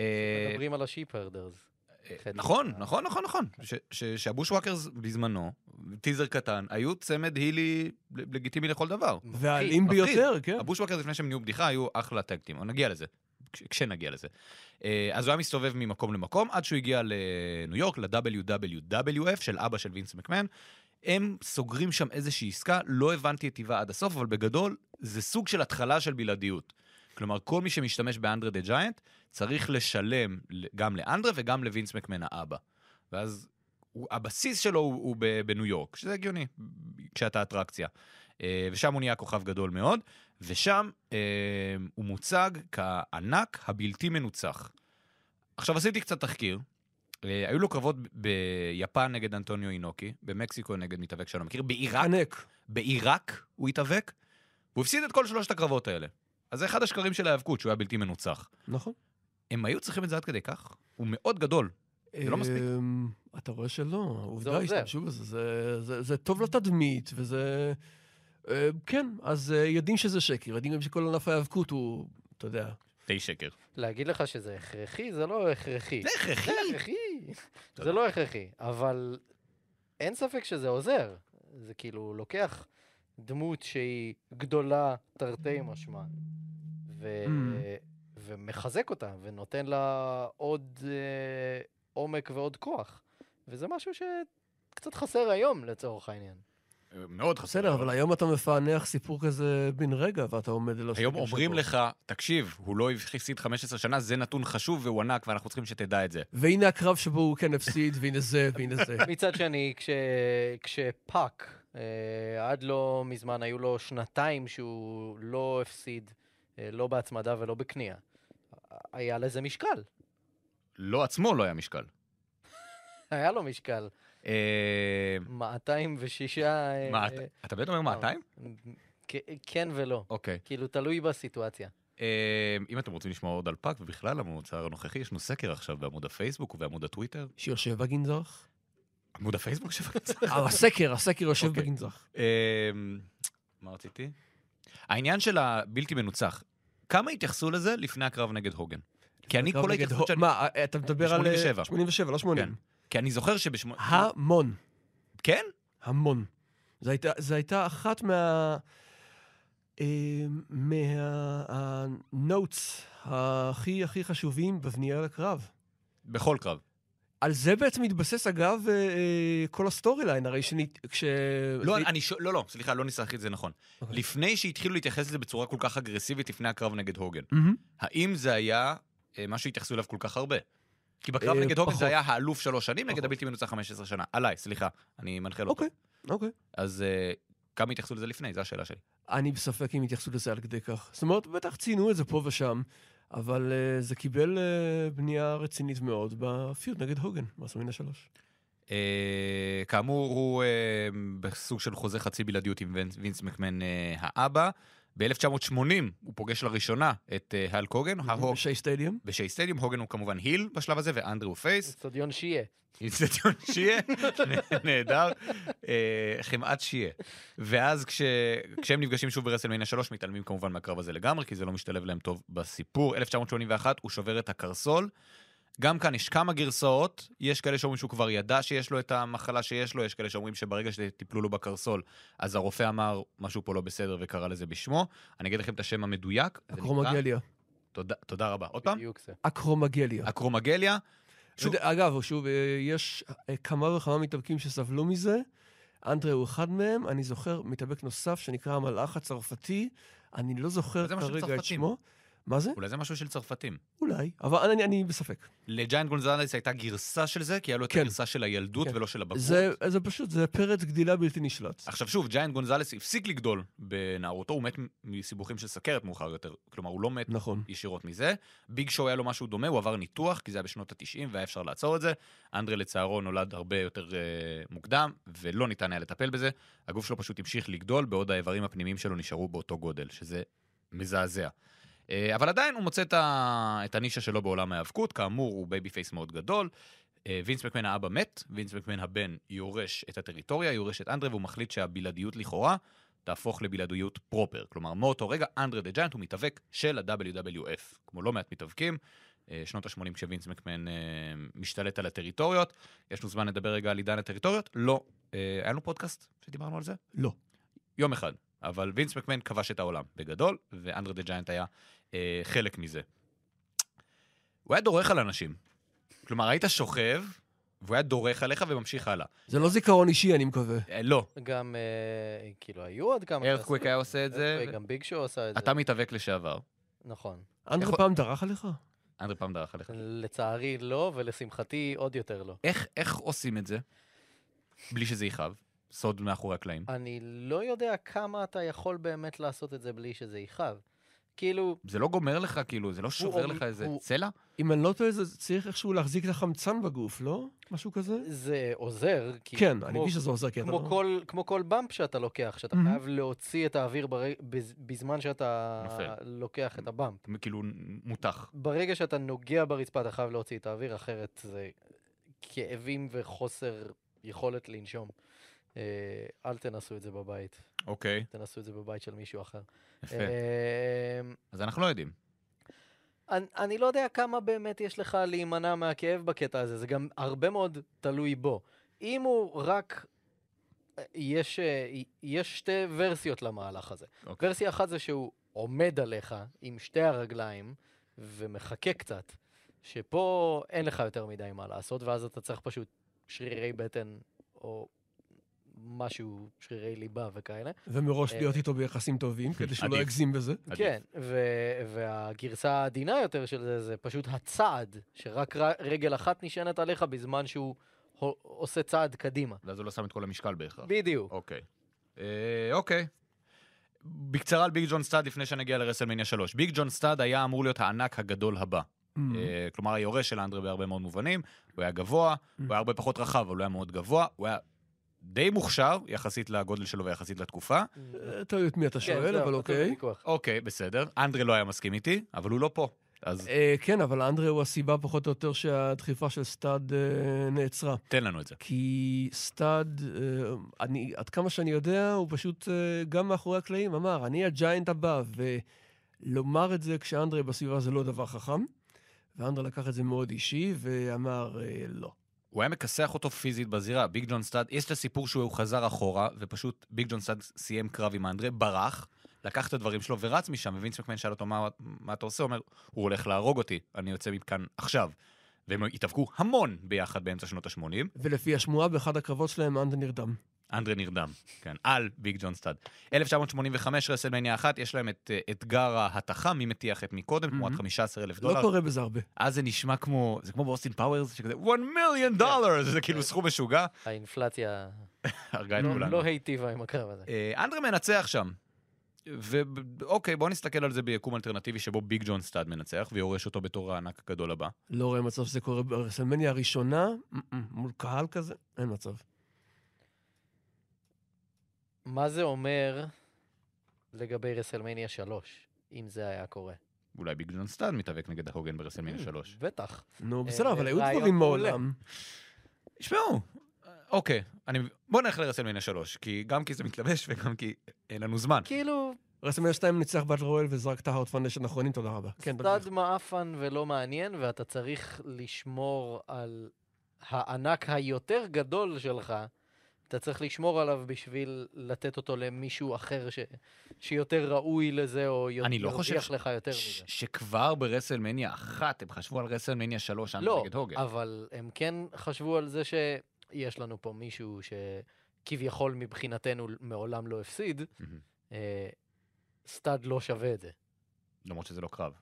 אה,
כן. מדברים אה, על השיפהרדרס. חצי
נכון,
שנה.
נכון, נכון, נכון. ש- ש- שהבושוואקרס בזמנו, טיזר קטן, היו צמד הילי ל- לגיטימי לכל דבר.
והאלים
מפחיד.
ביותר, כן.
הבושוואקרס לפני שהם נהיו בדיחה היו אחלה טקטים, אבל נגיע לזה, כש- כשנגיע לזה. אה, אז הוא היה מסתובב ממקום למקום עד שהוא הגיע לניו יורק, ל-WWF של אבא של וינס מקמן. הם סוגרים שם איזושהי עסקה, לא הבנתי את טיבה עד הסוף, אבל בגדול זה סוג של התחלה של בלעדיות. כלומר, כל מי שמשתמש באנדרה דה ג'יינט צריך לשלם ל- גם לאנדרה וגם לווינס מקמן האבא. ואז הוא, הבסיס שלו הוא, הוא ב- בניו יורק, שזה הגיוני, כשאתה אטרקציה. אה, ושם הוא נהיה כוכב גדול מאוד, ושם אה, הוא מוצג כענק הבלתי מנוצח. עכשיו, עשיתי קצת תחקיר. אה, היו לו קרבות ב- ביפן נגד אנטוניו אינוקי, במקסיקו נגד מתאבק שאני לא מכיר, בעיראק
ענק.
בעיראק הוא התאבק, והוא הפסיד את כל שלושת הקרבות האלה. אז זה אחד השקרים של ההיאבקות, שהוא היה בלתי מנוצח.
נכון.
הם היו צריכים את זה עד כדי כך? הוא מאוד גדול. זה לא מספיק.
אמ, אתה רואה שלא, העובדה
עוזר.
השתמשו בזה, זה- זה- זה טוב לתדמית, וזה... אה, כן, אז אה, יודעים שזה שקר, יודעים גם שכל ענף ההיאבקות הוא, אתה יודע,
די שקר.
להגיד לך שזה הכרחי, זה לא הכרחי.
זה הכרחי.
זה הכרחי. זה לא הכרחי, אבל אין ספק שזה עוזר. זה כאילו לוקח דמות שהיא גדולה תרתי משמע, ו...
Mm.
ומחזק אותה, ונותן לה עוד אה, עומק ועוד כוח. וזה משהו שקצת חסר היום לצורך העניין.
מאוד חסר.
בסדר, אבל היום אתה מפענח סיפור כזה בן רגע, ואתה עומד ללא
היום
שקר
אומרים
שבו.
לך, תקשיב, הוא לא הפסיד 15 שנה, זה נתון חשוב והוא ענק, ואנחנו צריכים שתדע את זה.
והנה הקרב שבו הוא כן הפסיד, והנה זה, והנה זה.
מצד שני, כש... כשפאק, אה, עד לא מזמן היו לו שנתיים שהוא לא הפסיד, אה, לא בהצמדה ולא בכניעה. היה לזה משקל,
לא עצמו לא היה משקל.
היה לו משקל.
אה,
206...
אה,
מה, אתה- אתה באמת אומר 200?
כן ולא.
אוקיי.
כאילו, תלוי בסיטואציה.
אה, אם אתם רוצים לשמוע עוד על פאק, ובכלל המוצר הנוכחי, יש לנו סקר עכשיו בעמוד הפייסבוק ובעמוד הטוויטר.
שיושב בגנזך?
עמוד הפייסבוק שבקצה.
אה, הסקר, הסקר יושב
אוקיי.
בגנזך.
אמ, מה רציתי? העניין של הבלתי מנוצח, כמה התייחסו לזה לפני הקרב נגד הוגן? כי אני
הקרב
כל
נגד
ההתייחסות
הו-
שאני...
מה, אה, אתה מדבר על... אה,
87.
87, לא 80.
כי אני זוכר שבשמונה...
המון.
כן?
המון. זו הייתה, זו הייתה אחת מה... אה, מהנוטס הכי הכי חשובים בבנייה לקרב.
בכל קרב.
על זה בעצם מתבסס, אגב, אה, אה, כל הסטורי ליין, הרי שנית... כש...
לא,
זה-
אני ש... לא, לא, סליחה, לא ניסחתי את זה נכון.
אוקיי.
לפני שהתחילו להתייחס לזה בצורה כל כך אגרסיבית לפני הקרב נגד הוגן,
מהמם.
האם זה היה אה, מה שהתייחסו אליו כל כך הרבה? כי בקרב
אה,
נגד הוגן
פחות.
זה היה האלוף שלוש שנים נגד
פחות.
הבלתי מנוצח 15 שנה. עליי, סליחה, אני מנחה לא טוב.
אוקיי, אוקיי.
אז אה, כמה התייחסו לזה לפני? זו השאלה שלי.
אני בספק אם התייחסו לזה עד כדי כך. זאת אומרת, בטח ציינו את זה פה ושם, אבל אה, זה קיבל אה, בנייה רצינית מאוד בפיוט נגד הוגן, מהסמינה שלוש.
אה, כאמור, הוא אה, בסוג של חוזה חצי בלעדיות עם וינס, וינס מקמן אה, האבא, ב-1980 הוא פוגש לראשונה את אה, הל קוגן, ההוג,
שי סטדיום.
בשי סטדיום, הוגן הוא כמובן היל בשלב הזה, ואנדרו פייס,
אצטדיון שיהיה.
אינסטדיון שיהיה, נהדר, אה, חמאת שיהיה. ואז כש- כשהם נפגשים שוב ברסלמניה 3, מתעלמים כמובן מהקרב הזה לגמרי, כי זה לא משתלב להם טוב בסיפור. 1981, הוא שובר את הקרסול. גם כאן יש כמה גרסאות, יש כאלה שאומרים שהוא כבר ידע שיש לו את המחלה שיש לו, יש כאלה שאומרים שברגע שטיפלו לו בקרסול, אז הרופא אמר משהו פה לא בסדר וקרא לזה בשמו. אני אגיד לכם את השם המדויק. זה נקרא-
אקרומגליה.
תודה- תודה רבה. עוד פעם?
בדיוק זה.
אקרומגליה.
אקרומגליה. שוב-
שוב... אגב, שוב, אה, יש אה, כמה וכמה מתאבקים שסבלו מזה. אנדרי הוא אחד מהם, אני זוכר מתאבק נוסף שנקרא המלאך הצרפתי, אני לא זוכר
זה משהו
כרגע את
צרפתים.
שמו. מה זה?
אולי זה משהו של צרפתים.
אולי, אבל אני, אני בספק.
לג'יינט גונזלס הייתה גרסה של זה, כי היה לו את
כן.
הגרסה של הילדות
כן.
ולא של הבגרות.
זה, זה פשוט, זה פרץ גדילה בלתי נשלט.
עכשיו שוב, ג'יינט גונזלס הפסיק לגדול בנערותו, הוא מת מ- מסיבוכים של סכרת מאוחר יותר. כלומר, הוא לא מת
נכון.
ישירות מזה. ביג שואו היה לו משהו דומה, הוא עבר ניתוח, כי זה היה בשנות ה-90 והיה אפשר לעצור את זה. אנדרה לצערו נולד הרבה יותר אה, מוקדם, ולא ניתן היה לטפל בזה. הגוף שלו פשוט המשיך לגדול, בעוד האיברים הפנימיים שלו נשארו באותו גודל, שזה מזעזע. אה, אבל עדיין הוא מוצא את, ה... את הנישה שלו בעולם ההיאבקות, כאמור הוא בייבי פייס מאוד גדול. אה, וינס מקמן האבא מת, וינס מקמן הבן יורש את הטריטוריה, יורש את אנדרה, והוא מחליט שהבלעדיות לכאורה תהפוך לבלעדיות פרופר. כלומר, מאותו רגע אנדרה דה ג'יינט הוא מתאבק של ה-WWF. כמו לא מעט מתאבקים, אה, שנות ה-80 כשווינס מקמן אה, משתלט על הטריטוריות. יש לנו זמן לדבר רגע על עידן הטריטוריות? לא. אה, היה לנו פודקאסט שדיברנו על זה?
לא.
יום אחד. אבל וינס מקמן כבש את העולם, בגדול, ואנדרה דה ג'יינט היה אה, חלק מזה. הוא היה דורך על אנשים. כלומר, היית שוכב, והוא היה דורך עליך וממשיך הלאה.
זה לא זיכרון אישי, אני מקווה.
אה, לא,
גם, אה, כאילו, היו עוד כמה...
ארת'קוויק היה עושה את זה,
Earthquake, גם ביג שואו עשה את זה.
אתה מתאבק לשעבר.
נכון.
אנדרי
יכול-
פעם דרך עליך?
אנדרי פעם דרך עליך.
לצערי לא, ולשמחתי עוד יותר לא.
איך, איך עושים את זה בלי שזה יכאב? סוד מאחורי הקלעים.
אני לא יודע כמה אתה יכול באמת לעשות את זה בלי שזה יכאב. כאילו,
זה לא גומר לך, כאילו, זה לא שובר
הוא-
לך איזה
הוא-
צלע?
אם אני לא טועה, זה צריך איכשהו להחזיק את החמצן בגוף, לא? משהו כזה?
זה עוזר. כי
כן,
כמו-
אני מבין שזה עוזר, לא? כי אתה...
כמו כל, כמו כל באמפ שאתה לוקח, שאתה
Mhm.
חייב להוציא את האוויר בר... בז- בזמן שאתה
נופל.
לוקח את הבאמפ.
אתה כאילו מותח.
ברגע שאתה נוגע ברצפה, אתה חייב להוציא את האוויר, אחרת זה כאבים וחוסר יכולת לנשום. אה, אל תנסו את זה בבית,
אוקיי,
תנסו את זה בבית של מישהו אחר.
יפה.
אה,
אז אנחנו לא יודעים.
אני, אני לא יודע כמה באמת יש לך להימנע מהכאב בקטע הזה, זה גם הרבה מאוד תלוי בו. אם הוא רק... יש, אה, יש שתי ורסיות למהלך הזה.
אוקיי.
ורסיה אחת זה שהוא עומד עליך עם שתי הרגליים ומחכה קצת, שפה אין לך יותר מדי מה לעשות, ואז אתה צריך פשוט שרירי בטן או משהו, שרירי ליבה וכאלה.
ומראש
אה,
להיות איתו ביחסים טובים, כדי שהוא לא
עדיף.
יגזים בזה.
עדיף.
כן, ו- והגרסה העדינה יותר של זה, זה פשוט הצעד, שרק ר- רגל אחת נשענת עליך בזמן שהוא הו- עושה צעד קדימה.
ואז הוא לא שם את כל המשקל בהכרח.
בדיוק.
אוקיי. אה, אוקיי. בקצרה על ביג ג'ון סטאד לפני שנגיע לרסלמניה 3. ביג ג'ון סטאד היה אמור להיות הענק הגדול הבא.
Mm.
אה, כלומר, היורש של אנדרה בהרבה מאוד מובנים. הוא היה גבוה, הוא היה הרבה פחות רחב, אבל הוא היה מאוד גבוה. הוא היה די מוכשר, יחסית לגודל שלו ויחסית לתקופה.
אה, תלוי את מי
כן,
אתה שואל, אבל אוקיי.
אוקיי, בסדר. אנדרה לא היה מסכים איתי, אבל הוא לא פה. אז
אה, כן, אבל אנדרי הוא הסיבה פחות או יותר שהדחיפה של סטאד אה, נעצרה.
תן לנו את זה.
כי סטאד, אה, אני, עד כמה שאני יודע, הוא פשוט אה, גם מאחורי הקלעים אמר, אני הג'יינט הבא, ולומר את זה כשאנדרי בסביבה זה לא דבר חכם. ואנדרי לקח את זה מאוד אישי, ואמר, אה, לא.
הוא היה מכסח אותו פיזית בזירה, ביג ג'ון סטאד, יש את הסיפור שהוא חזר אחורה, ופשוט ביג ג'ון סטאד סיים קרב עם אנדרה, ברח, לקח את הדברים שלו ורץ משם, ווינס מקמן שאל אותו, מה, מה אתה עושה? הוא אומר, הוא הולך להרוג אותי, אני יוצא מכאן עכשיו. והם התאבקו המון ביחד באמצע שנות ה-80,
ולפי השמועה, באחד הקרבות שלהם אנדרי נרדם.
אנדרה נרדם, כן, על ביג ג'ון סטאד. 1985, רסלמניה 1, יש להם את אה, אתגר ההתכה, מי מטיח את מי קודם, תמורת 15 אלף
לא
דולר.
קורה בזה הרבה.
אז זה נשמע כמו, זה כמו באוסטין פאוורס, שכזה 1 מיליון דולר, זה כאילו סכום משוגע,
האינפלציה
הרגה את
לא-
כולנו.
לא היטיבה עם הקרב הזה.
אה, אנדרה מנצח שם. ואוקיי, בואו נסתכל על זה ביקום אלטרנטיבי שבו ביג ג'ון סטאד מנצח ויורש אותו בתור הענק הגדול הבא.
לא רואה מצב שזה קורה ברסלמניה הראשונה, מ-מ, מול קהל כזה, אין מצב.
מה זה אומר לגבי רסלמניה 3, אם זה היה קורה. Hmm,
אולי ביג ג'ון סטאן מתאבק נגד ההוגן ברסלמינה
Mm.
3.
בטח.
נו,
אה,
בסדר, אבל היו
רעיון
דברים
מעולה.
מעולם.
תשמעו, אוקיי, אני... בוא נלך לרסלמינה 3, כי גם כי זה מתלבש וגם כי אין לנו זמן.
כאילו,
רסמל 2 ניצח בת רואל וזרק את ההארד פאונדשן האחרונים, תודה רבה. כן, תמשיך.
סטאד מעפן ולא מעניין, ואתה צריך לשמור על הענק היותר גדול שלך. אתה צריך לשמור עליו בשביל לתת אותו למישהו אחר ש... שיותר ראוי לזה, או יותר
אני לא חושב
ירוויח
ש-
לך יותר
ש-
מזה.
שכבר ברסלמניה 1 הם חשבו על רסלמניה 3 אנדר
לא,
נגד הוגן.
אבל הם כן חשבו על זה שיש לנו פה מישהו שכביכול מבחינתנו מעולם לא הפסיד.
מהמם.
אה, סטאד לא שווה את זה.
למרות שזה לא קרב.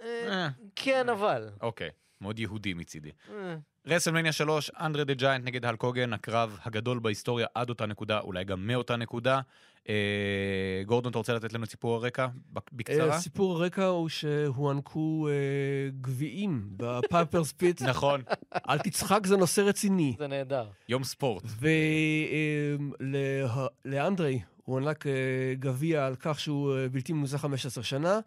אה,
אה,
כן, אבל.
אוקיי, מאוד יהודי מצידי.
אה,
רסלמניה 3, אנדרה דה ג'יינט נגד הלק הוגן, הקרב הגדול בהיסטוריה עד אותה נקודה, אולי גם מאותה נקודה. אה, גורדון, אתה רוצה לתת לנו את סיפור הרקע? בק- בקצרה?
אה, סיפור הרקע הוא שהוענקו אה, גביעים בפאפרס פיט.
נכון,
אל תצחק, זה נושא רציני.
זה נהדר.
יום ספורט.
אמ, ולאנדרי הוענק אה, גביע על כך שהוא אה, בלתי מנוסה 15 שנה,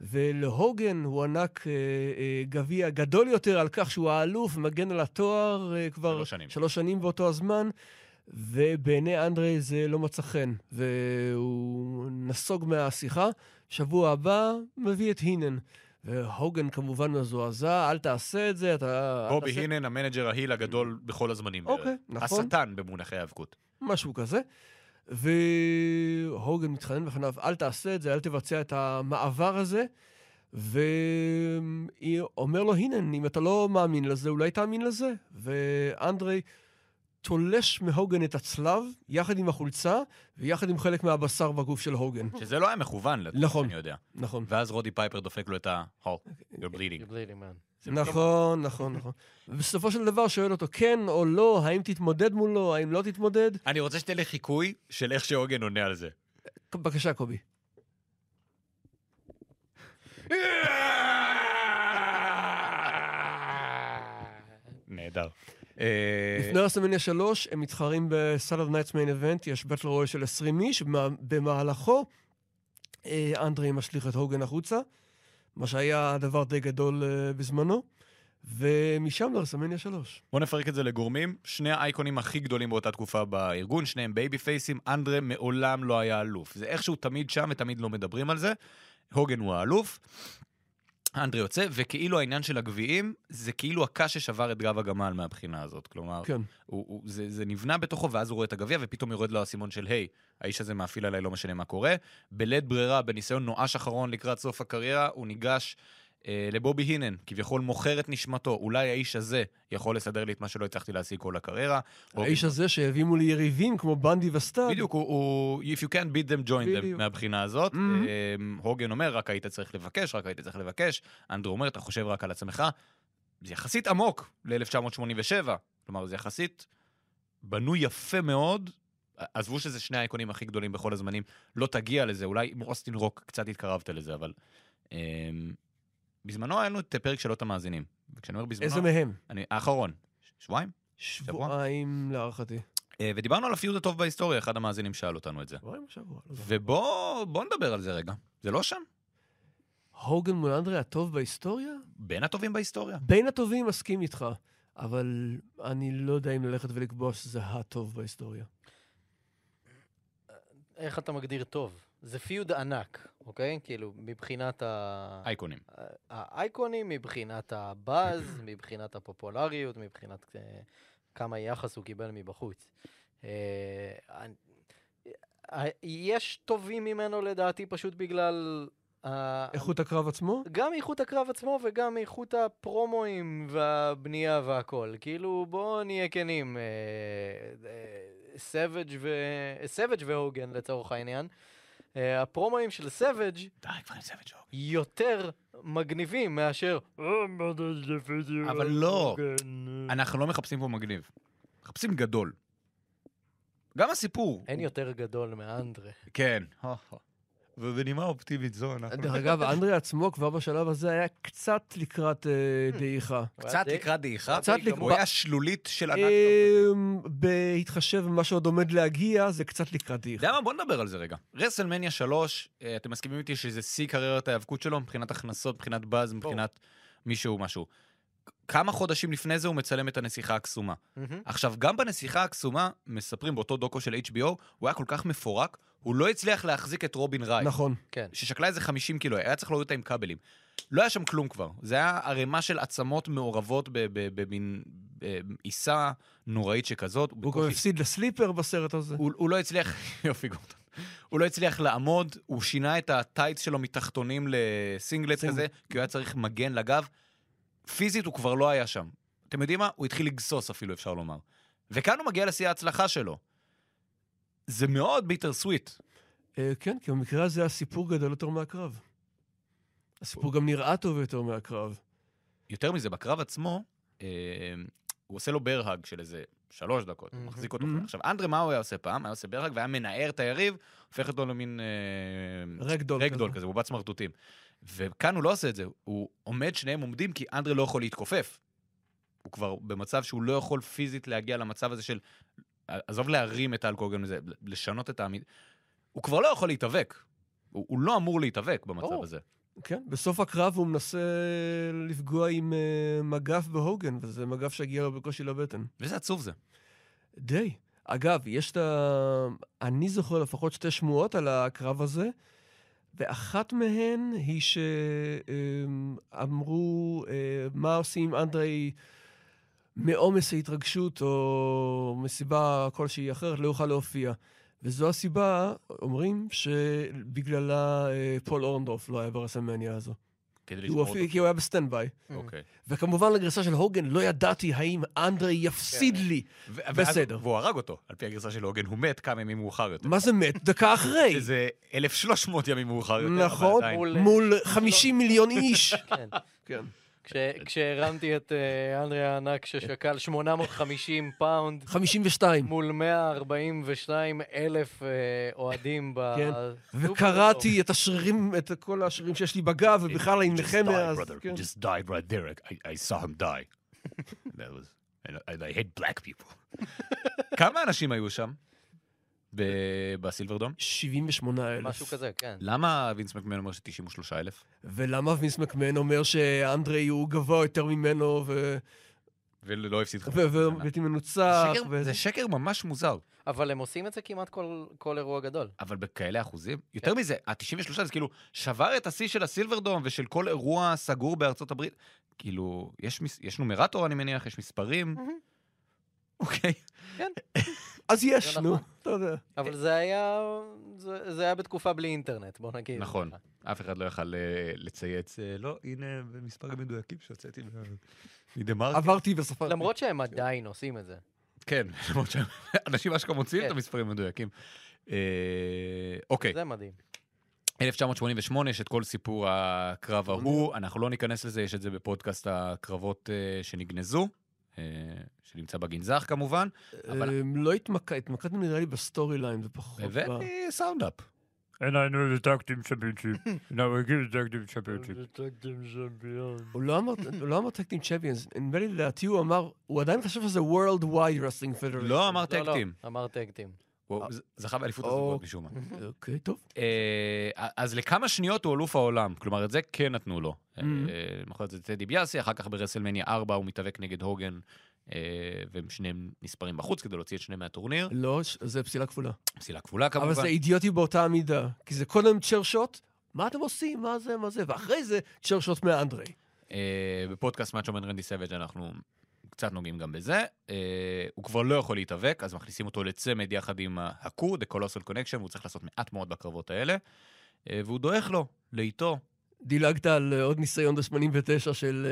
ולהוגן הוענק אה, אה, גביע גדול יותר על כך שהוא האלוף, מגן על התואר אה, כבר
שלוש שנים.
שלוש שנים באותו הזמן, ובעיני אנדרי זה לא מצא חן, והוא נסוג מהשיחה. שבוע הבא מביא את הינן. והוגן כמובן מזועזע, אל תעשה את אה, זה, אתה... אל
בובי
תעשה-
הינן, המנג'ר ההיל הגדול בכל הזמנים.
אוקיי,
בערך.
נכון.
השטן במונחי האבקות.
משהו כזה. והוגן מתחנן בפניו, אל תעשה את זה, אל תבצע את המעבר הזה. ואומר לו, הנה, אם אתה לא מאמין לזה, אולי תאמין לזה. ואנדרי תולש מהוגן את הצלב, יחד עם החולצה, ויחד עם חלק מהבשר בגוף של הוגן.
שזה לא היה מכוון, לדעתי,
נכון. אוקיי.
אני יודע.
נכון.
ואז רודי פייפר דופק לו את ה-Hall, you're bleeding.
בלי לימן.
זה פתאום-
נכון, נכון, נכון. ובסופו של דבר שואל אותו כן או לא, האם תתמודד מולו, האם לא תתמודד?
אני רוצה שתן לי חיקוי של איך שהוגן עונה על זה.
בבקשה, קובי.
נהדר. אה,
לפני רסלמניה 3, הם מתחרים בסאלד נייטס מיין אבנט, יש בטל רוי של 20 איש, במה- במהלכו אה, אנדרי משליך את הוגן החוצה, מה שהיה דבר די גדול אה, בזמנו, ומשם לרסלמניה 3.
בואו נפרק את זה לגורמים. שני האייקונים הכי גדולים באותה תקופה בארגון, שניהם בייבי פייסים, אנדרה מעולם לא היה אלוף. זה איכשהו תמיד שם ותמיד לא מדברים על זה. הוגן הוא האלוף. אנדרה יוצא, וכאילו העניין של הגביעים, זה כאילו הקש ששבר את גב הגמל מהבחינה הזאת. כלומר,
כן.
הוא, הוא, זה, זה נבנה בתוכו, ואז הוא רואה את הגביע, ופתאום יורד לו האסימון של, היי, האיש הזה מאפיל עליי, לא משנה מה קורה. בלית ברירה, בניסיון נואש אחרון לקראת סוף הקריירה, הוא ניגש אה, לבובי הינן, כביכול מוכר את נשמתו, אולי האיש הזה יכול לסדר לי את מה שלא הצלחתי להשיג כל הקריירה.
האיש הזה שהביאו לי יריבים כמו בנדי וסטאד.
בדיוק, הוא, הוא, if you can beat them, join them,
כן. בדיוק.
מהבחינה הזאת.
Mhm.
אה, הוגן אומר, רק היית צריך לבקש, רק היית צריך לבקש. אנדרו אומר, אתה חושב רק על עצמך. זה יחסית עמוק ל-1987. כלומר, זה יחסית בנוי יפה מאוד. עזבו שזה שני האייקונים הכי גדולים בכל הזמנים, לא תגיע לזה, אולי עם אוסטין רוק קצת התקרבת לזה, אבל... אה, בזמנו היה לנו את הפרק של אות המאזינים. וכשאני אומר בזמנו,
איזה מהם?
אני, האחרון, ש- שבועיים?
שבועיים להערכתי.
אה, ודיברנו על הפיוד הטוב בהיסטוריה, אחד המאזינים שאל אותנו את זה.
שבועיים או שבוע? לא יודע.
ובוא בוא נדבר על זה רגע. זה לא שם.
הוגן מול אנדרי הטוב בהיסטוריה?
בין הטובים בהיסטוריה.
בין הטובים מסכים איתך, אבל אני לא יודע אם ללכת ולקבוע שזה הטוב בהיסטוריה.
איך אתה מגדיר טוב? זה פיוד ענק, אוקיי? כאילו, מבחינת ה...
אייקונים.
האייקונים, מבחינת הבאז, מבחינת הפופולריות, מבחינת אה, כמה יחס הוא קיבל מבחוץ. אה, אני- אה, יש טובים ממנו לדעתי פשוט בגלל... ה-
איכות הקרב עצמו?
גם איכות הקרב עצמו וגם איכות הפרומואים והבנייה והכל. כאילו, בואו נהיה כנים. סווג' ו... סווג' והוגן לצורך העניין. אה, הפרומואים של סווג'
די, כבר עם סוויג' הוג.
יותר מגניבים מאשר... "אה, מה זה כן. יפה זה
אבל לא.
הוגן?"
אנחנו לא מחפשים פה מגניב. מחפשים גדול. גם הסיפור.
אין יותר גדול מאנדרה.
כן. ובנימה אופטימית זו אנחנו...
דרך אגב, אנדרי עצמו כבר בשלב הזה היה קצת לקראת אה, דעיכה.
קצת
אוקיי?
לקראת Hmm. דעיכה,
קצת
הוא
לקראת-
היה שלולית של ענק.
אמ, בהתחשב במה שעוד עומד להגיע, זה קצת לקראת דעיכה.
יודע מה? בוא נדבר על זה רגע. רסלמניה 3, אה, אתם מסכימים איתי שזה שיא קריירת ההיאבקות שלו מבחינת הכנסות, מבחינת באז, מבחינת מישהו משהו. כמה חודשים לפני זה הוא מצלם את הנסיכה הקסומה.
מהמם.
עכשיו, גם בנסיכה הקסומה, מספרים באותו דוקו של HBO, הוא היה כל כך מפורק, הוא לא הצליח להחזיק את רובין רייט.
נכון.
כן,
ששקלה איזה 50 קילו, היה צריך להוריד אותה עם כבלים. לא היה שם כלום כבר. זה היה ערימה של עצמות מעורבות ב- ב- במין אה, עיסה נוראית שכזאת.
הוא גם
בקושי-
הפסיד לסליפר בסרט הזה.
הוא, הוא לא הצליח, יופי גורדון. הוא לא הצליח לעמוד, הוא שינה את הטייץ שלו מתחתונים לסינגלט
סינגלט.
כזה, כי הוא היה צריך מגן לגב. פיזית הוא כבר לא היה שם. אתם יודעים מה? הוא התחיל לגסוס אפילו, אפשר לומר. וכאן הוא מגיע לשיא ההצלחה שלו. זה מאוד ביטר סוויט.
אה, כן, כי במקרה הזה הסיפור גדול יותר מהקרב. הסיפור גם נראה טוב יותר מהקרב.
יותר מזה, בקרב עצמו, אה, הוא עושה לו ברהג של איזה שלוש דקות, הוא
Mhm.
מחזיק אותו.
Mhm.
עכשיו, אנדרי, מה הוא היה עושה פעם? היה עושה ברהג והיה מנער את היריב, הופך אותו למין... אה,
רקדול כזה.
רקדול כזה, בובת סמרטוטים. וכאן הוא לא עושה את זה, הוא עומד, שניהם עומדים, כי אנדרה לא יכול להתכופף. הוא כבר במצב שהוא לא יכול פיזית להגיע למצב הזה של... עזוב להרים את האלכוהול הזה, לשנות את העמיד... הוא כבר לא יכול להתאבק. הוא, הוא לא אמור להתאבק במצב
ברור.
הזה.
כן, בסוף הקרב הוא מנסה לפגוע עם אה, מגף בהוגן, וזה מגף שהגיע לו בקושי לבטן.
וזה עצוב זה.
די. אגב, יש את ה... אני זוכר לפחות שתי שמועות על הקרב הזה, ואחת מהן היא שאמרו אה, מה עושים עם אנדרי מעומס ההתרגשות או מסיבה כלשהי אחרת לא יוכל להופיע. וזו הסיבה, אומרים, שבגללה אה, פול אורנדורף לא היה ברסלמניה הזו.
כדי
כי הוא
לשמור אותו.
הופיע- כי הוא היה בסטנדביי.
אוקיי.
וכמובן לגרסה של הוגן, לא ידעתי האם אנדרי יפסיד לי.
ו-
בסדר.
ואז- והוא הרג אותו. על פי הגרסה של הוגן, הוא מת כמה ימים מאוחר יותר.
מה זה מת? דקה אחרי.
איזה 1,300 ימים מאוחר יותר, אבל
נכון,
עדיין.
מול- לא
מול 50 מיליון איש.
כן.
כן.
כש- כשהרמתי את אה, אנדרי הענק ששקל 850 פאונד
52.
מול 142 אלף אה, אוהדים ב...
כן.
סופר
וקראתי את השרירים, את כל השרירים שיש לי בגב, ובכלל אני נכה מאז. כן.
just died right there. I, I saw him die. That was... And I hate black people. כמה אנשים היו שם ב- בסילברדום?
78
טוב. משהו
אלף.
כזה, כן.
למה וינס מקמן אומר ש-93 אלף?
ולמה ווינס מקמן אומר שאנדרי הוא גבוה יותר ממנו,
ולא הפסיד חמש.
נכון.
ובלתי מנוצח? ו-
זה שקר ממש מוזר,
אבל הם עושים את זה כמעט כל- כל אירוע גדול.
אבל בכאלה אחוזים. יותר מזה, ה-93 זה כאילו שבר את השיא של הסילברדום ושל כל אירוע סגור בארצות הברית. כאילו, יש מס- יש נומרטור, אני מניח, יש מספרים. אוקיי.
אז יש,
זה
נו,
נכון.
אתה יודע.
אבל זה היה... זה- זה היה בתקופה בלי אינטרנט, בוא נגיד.
נכון. אף אחד לא יכל אה, לצייץ, אה, לא, הנה במספרים מדויקים שהוצאתי מה- מדה מרקר.
עברתי בשפה.
למרות שהם עדיין עושים את זה.
כן, למרות שאנשים אשכרה מוציאים את
כן.
המספרים המדויקים. אה, אוקיי,
זה מדהים.
1988, יש את כל סיפור הקרב
נכון.
ההוא, אנחנו לא ניכנס לזה, יש את זה בפודקאסט הקרבות אה, שנגנזו, אה, שנמצא בגנזך כמובן, אבל-
אמ, לא התמקד, התמקדנו נראה לי בסטורי ליין ופחות. ב-
וסאונדאפ.
And I know the tag team championship. and I will give the tag team championship.
הוא לא אמר- הוא לא אמר טקטים צ'מפיונס, נדמה לי לדעתי הוא אמר, הוא עדיין חשב שזה World Wide Wrestling Federation.
לא אמר
לא, אה, לא,
טקטים.
אמר טקטים.
זכה באליפות
אוקיי.
הזוגות משום מה.
אוקיי, טוב.
אה, אז לכמה שניות הוא אלוף העולם, כלומר, את זה כן נתנו לו.
Mm-hmm.
אה, נכון, זה טדי ביאסי, אחר כך ברסלמניה 4 הוא מתאבק נגד הוגן, אה, והם שניהם נספרים בחוץ כדי להוציא את שניהם מהטורניר.
לא, ש- זה פסילה כפולה.
פסילה כפולה
אבל זה
כמובן.
אידיוטי באותה המידה, כי זה קודם צ'ר שוט, מה אתם עושים, מה זה, מה זה, ואחרי זה צ'ר שוט מאנדרי.
אה, בפודקאסט מאצ'ומן רנדי סבג' אנחנו קצת נוגעים גם בזה. אה, הוא כבר לא יכול להתאבק, אז מכניסים אותו לצמד יחד עם ה-Haku, The Colossal Connection, והוא צריך לעשות מעט מאוד בקרבות האלה. אה, והוא דועך לו, לאיתו.
דילגת על אה, עוד ניסיון ב-89 של,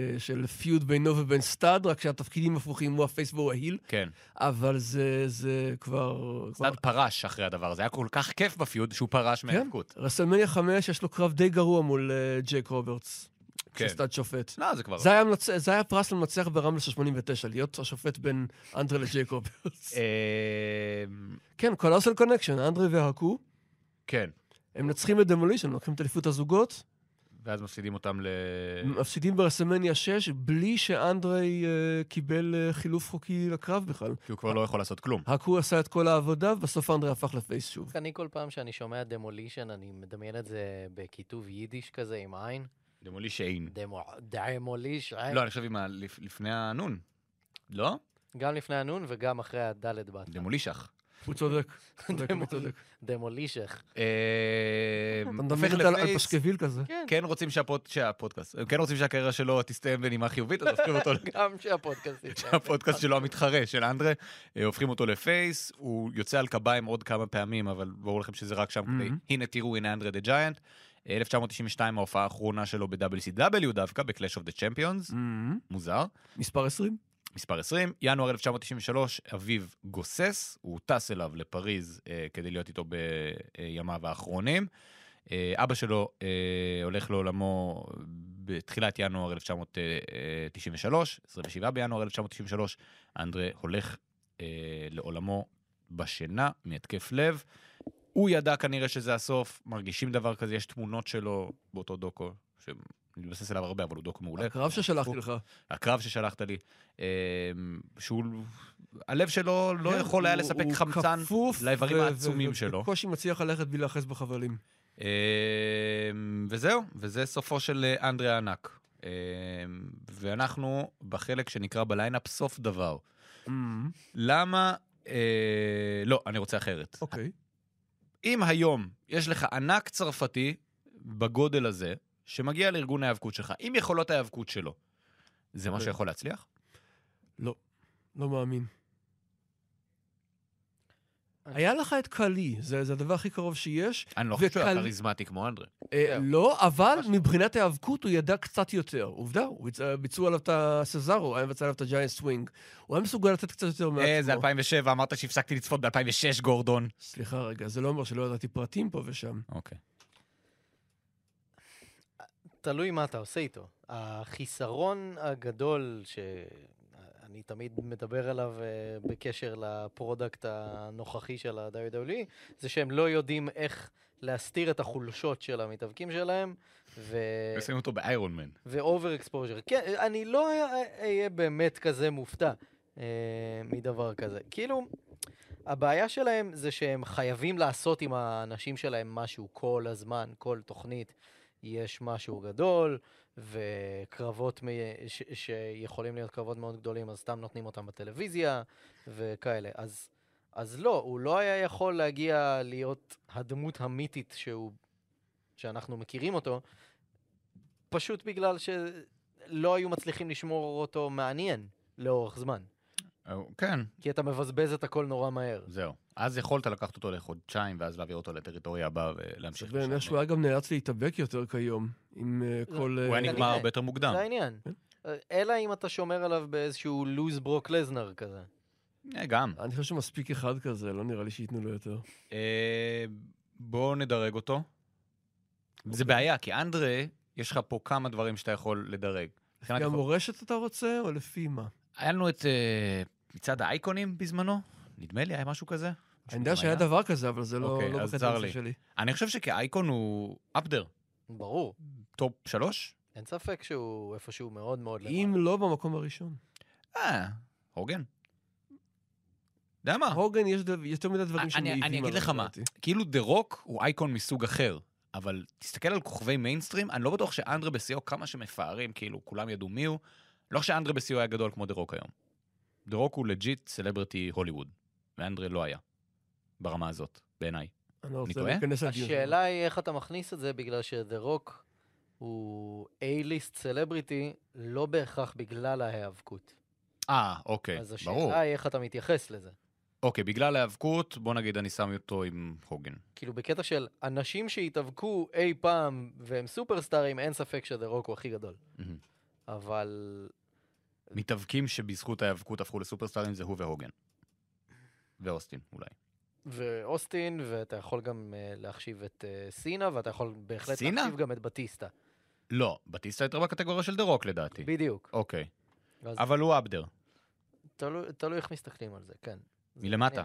אה, אה, של פיוד בינו ובין סטאד, רק שהתפקידים הפוכים, הוא הפייס והוא ההיל,
כן.
אבל זה, זה כבר... כבר-
סטאד פרש אחרי הדבר הזה, היה כל כך כיף בפיוד שהוא
כן.
פרש מהאבקות.
רסלמניה 5, יש לו קרב די גרוע מול אה, ג'ק רוברטס,
כן.
כשסטאד שופט.
לא, זה כבר...
זה היה, מנצ... זה היה פרס למנצח ברמלה של 89, להיות השופט בין אנדרי לג'ק רוברטס.
אה,
כן, קולוסל קונקשן, אנדרי והקו.
כן.
הם מנצחים את דמולישן, לוקחים את אליפות הזוגות,
אה. ואז מפסידים אותם ל...
מפסידים ברסמניה 6 בלי שאנדרי אה, קיבל אה, חילוף חוקי לקרב בכלל.
כי הוא כבר לא יכול לעשות כלום.
הקו עשה את כל העבודה, ובסוף אנדרי הפך לפייס שוב.
אני כל פעם שאני שומע דמולישן, אני מדמיין את זה בכיתוב יידיש כזה עם עין.
דמולי שאין.
דמוליש, עין.
לא, אני חושב עם ה... לפ- לפני הנון. לא?
גם לפני הנון וגם אחרי הדלת בת.
דמולישך.
הוא צודק, צודק, הוא צודק.
דמולישך.
אה,
אתה
אמ, הופך
מדמיין את זה על- על
לפייס.
פשקוויל כזה.
כן רוצים שהפוד... שהפודקאסט, הם כן רוצים שהקריירה שלו תסתיים בנימה חיובית, אז הופכים אותו ל-
גם שהפודקאסט יצא.
הפודקאסט שלו המתחרה, של אנדרה, אה, הופכים אותו לפייס, הוא יוצא על קביים עוד כמה פעמים, אבל ברור לכם שזה רק שם כדי, הנה תראו, הנה אנדרה דה ג'יינט. 1992 ההופעה האחרונה שלו ב-WCW דווקא, ב-Clash of the Champions, מוזר.
מספר 20?
מספר 20, ינואר 1993, אביו גוסס, הוא טס אליו לפריז אה, כדי להיות איתו בימיו האחרונים. אה, אבא שלו אה, הולך לעולמו בתחילת ינואר 1993, 27 בינואר 1993, אנדרה הולך אה, לעולמו בשינה מהתקף לב. הוא ידע כנראה שזה הסוף, מרגישים דבר כזה, יש תמונות שלו באותו דוקו, שאני מתבסס עליו הרבה, אבל הוא דוקו מעולה.
הקרב ששלחתי
הוא-
לך.
הקרב ששלחת לי, אמ, שהוא, הלב שלו לא
כן,
יכול היה
הוא-
לספק
הוא
חמצן
כפוף
לאיברים
ו-
העצומים
ו-
שלו.
בקושי מצליח ללכת בלי להיאחז בחבלים.
אמ, וזהו, וזה סופו של אה, אנדרי הענק. אמ, ואנחנו בחלק שנקרא בליינאפ סוף דבר. Mm-hmm. למה... אה, לא, אני רוצה אחרת.
אוקיי.
אם היום יש לך ענק צרפתי בגודל הזה, שמגיע לארגון ההיאבקות שלך, עם יכולות ההיאבקות שלו, זה מה
כן.
שיכול להצליח?
לא, לא מאמין.
אני-
היה לך את קלי, זה זה הדבר הכי קרוב שיש.
אני לא חושב שהוא היה
וקל-
כריזמטי כמו אנדרי.
אה, לא, אבל מבחינת ההיאבקות הוא ידע קצת יותר. עובדה, הוא ביצע- ביצעו עליו את הסזארו, היה מבצע עליו את הג'יינט סווינג. הוא היה מסוגל לתת קצת יותר מעצמו.
אה, זה 2007, אמרת שהפסקתי לצפות ב-2006, גורדון.
סליחה רגע, זה לא אומר שלא ידעתי פרטים פה ושם.
אוקיי.
תלוי מה אתה עושה איתו. החיסרון הגדול שאני תמיד מדבר עליו אה, בקשר לפרודקט הנוכחי של ה-WWE, זה שהם לא יודעים איך להסתיר את החולשות של המתאבקים שלהם, ו...
ושמים אותו באיירון מן.
ואובר אקספוז'ר. כן, אני לא אהיה באמת כזה מופתע אה, מדבר כזה. כאילו, הבעיה שלהם זה שהם חייבים לעשות עם האנשים שלהם משהו כל הזמן, כל תוכנית. יש משהו גדול, וקרבות מ... ש... שיכולים להיות קרבות מאוד גדולים, אז סתם נותנים אותם בטלוויזיה, וכאלה. אז, אז לא, הוא לא היה יכול להגיע להיות הדמות המיתית שהוא... שאנחנו מכירים אותו, פשוט בגלל שלא היו מצליחים לשמור אותו מעניין לאורך זמן.
כן,
כי אתה מבזבז את הכל נורא מהר.
זהו. אז יכולת לקחת אותו לחודשיים, ואז להעביר אותו לטריטוריה הבאה ולהמשיך.
ואני חושב שהוא היה גם נאלץ להתאבק יותר כיום, עם אה, כל...
לא, הוא היה
אה,
נגמר הרבה יותר מוקדם.
זה העניין. אלא אם אתה שומר עליו באיזשהו לוז ברוק לזנר כזה.
אה, גם.
אני חושב שמספיק אחד כזה, לא נראה לי שייתנו לו יותר.
אה, בואו נדרג אותו. זה בעיה, כי אנדרה, יש לך פה כמה דברים שאתה יכול לדרג. מבחינת
לפי
יכול-
המורשת אתה רוצה, או לפי מה?
היה לנו את אה, מצעד האייקונים בזמנו, נדמה לי, היה משהו כזה.
אני יודע שהיה דבר כזה, אבל זה לא
אוקיי,
לא
אז
בקטע
צר
הזה
לי.
שלי.
אני חושב שכאייקון הוא אפדר,
ברור.
טופ שלוש.
אין ספק שהוא איפשהו מאוד מאוד למעלה.
אם לא במקום הראשון.
אה, הוגן. יודע מה?
הוגן, יש דו- יותר מדי דברים
אני- אה. אני
שמעיבים
אגיד
עליו,
לך מה.
לדעתי.
כאילו דה רוק הוא אייקון מסוג אחר, אבל תסתכל על כוכבי מיינסטרים, אני לא בטוח שאנדרה בשיאו כמה שמפארים, כאילו כולם ידעו מי הוא, לא שאנדרה בשיאו היה גדול כמו דה רוק היום. דה רוק הוא לג'יט סלברטי הוליווד, ואנדרה לא היה, ברמה הזאת, בעיניי.
אני לא רוצה
טועה?
להיכנס לדיון.
השאלה היא איך אתה מכניס את זה, בגלל שדה רוק הוא A-ליסט סלבריטי, לא בהכרח בגלל ההיאבקות.
אה, אוקיי,
אז
ברור.
השאלה היא איך אתה מתייחס לזה.
אוקיי, בגלל ההיאבקות, בוא נגיד אני שם אותו עם הוגן.
כאילו בקטע של אנשים שהתאבקו אי פעם והם סופרסטארים, אין ספק שדה רוק הוא הכי גדול.
מהמם.
אבל
מתאבקים שבזכות ההיאבקות הפכו לסופרסטארים זה הוא והוגן. ואוסטין, אולי.
ואוסטין, ואתה יכול גם אה, להחשיב את אה, סינה, ואתה יכול בהחלט
סינה?
להחשיב גם את בטיסטה.
לא, בטיסטה יותר בקטגוריה של דה רוק לדעתי.
בדיוק.
אוקיי.
אז
אבל הוא אבדר.
תלוי- תלוי איך מסתכלים על זה, כן. זה
מלמטה.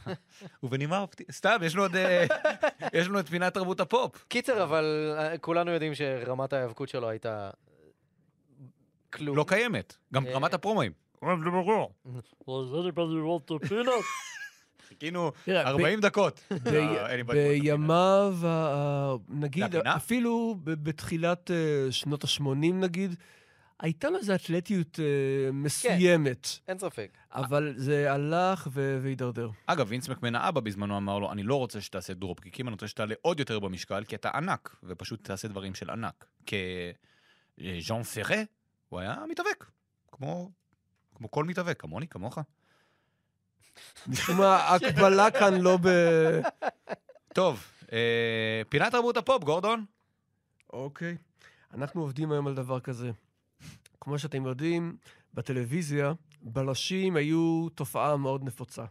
מעניין.
ובנימה אופטימית, סתם, יש לנו עוד... אה, יש לנו את פינת תרבות הפופ.
קיצר, אבל אה, כולנו יודעים שרמת ההיאבקות שלו הייתה... כלום.
לא קיימת. גם
אה.
רמת הפרומואים.
אבל זה ברור.
חיכינו
תראה, ב-
40 דקות.
ב-
לא, אין לי בעיה.
בימיו, ה- ה- נגיד,
לפינה?
אפילו ב- בתחילת אה, שנות ה-80 נגיד, הייתה לו איזו אתלטיות אה, מסוימת,
אין ספק.
כן.
אבל זה הלך ו- והידרדר.
אגב, וינס מקמן האבא בזמנו אמר לו, אני לא רוצה שתעשה דרופקיקים, אני רוצה שתעלה עוד יותר במשקל, כי אתה ענק, ופשוט תעשה דברים של ענק. כז'אן פרה, הוא היה מתאבק, כמו, כמו כל מתאבק, כמוני, כמוך.
משום מה, ההקבלה כאן לא ב...
טוב, אה, פינת תרבות הפופ, גורדון.
אוקיי. אנחנו עובדים היום על דבר כזה. כמו שאתם יודעים, בטלוויזיה בלשים היו תופעה מאוד נפוצה.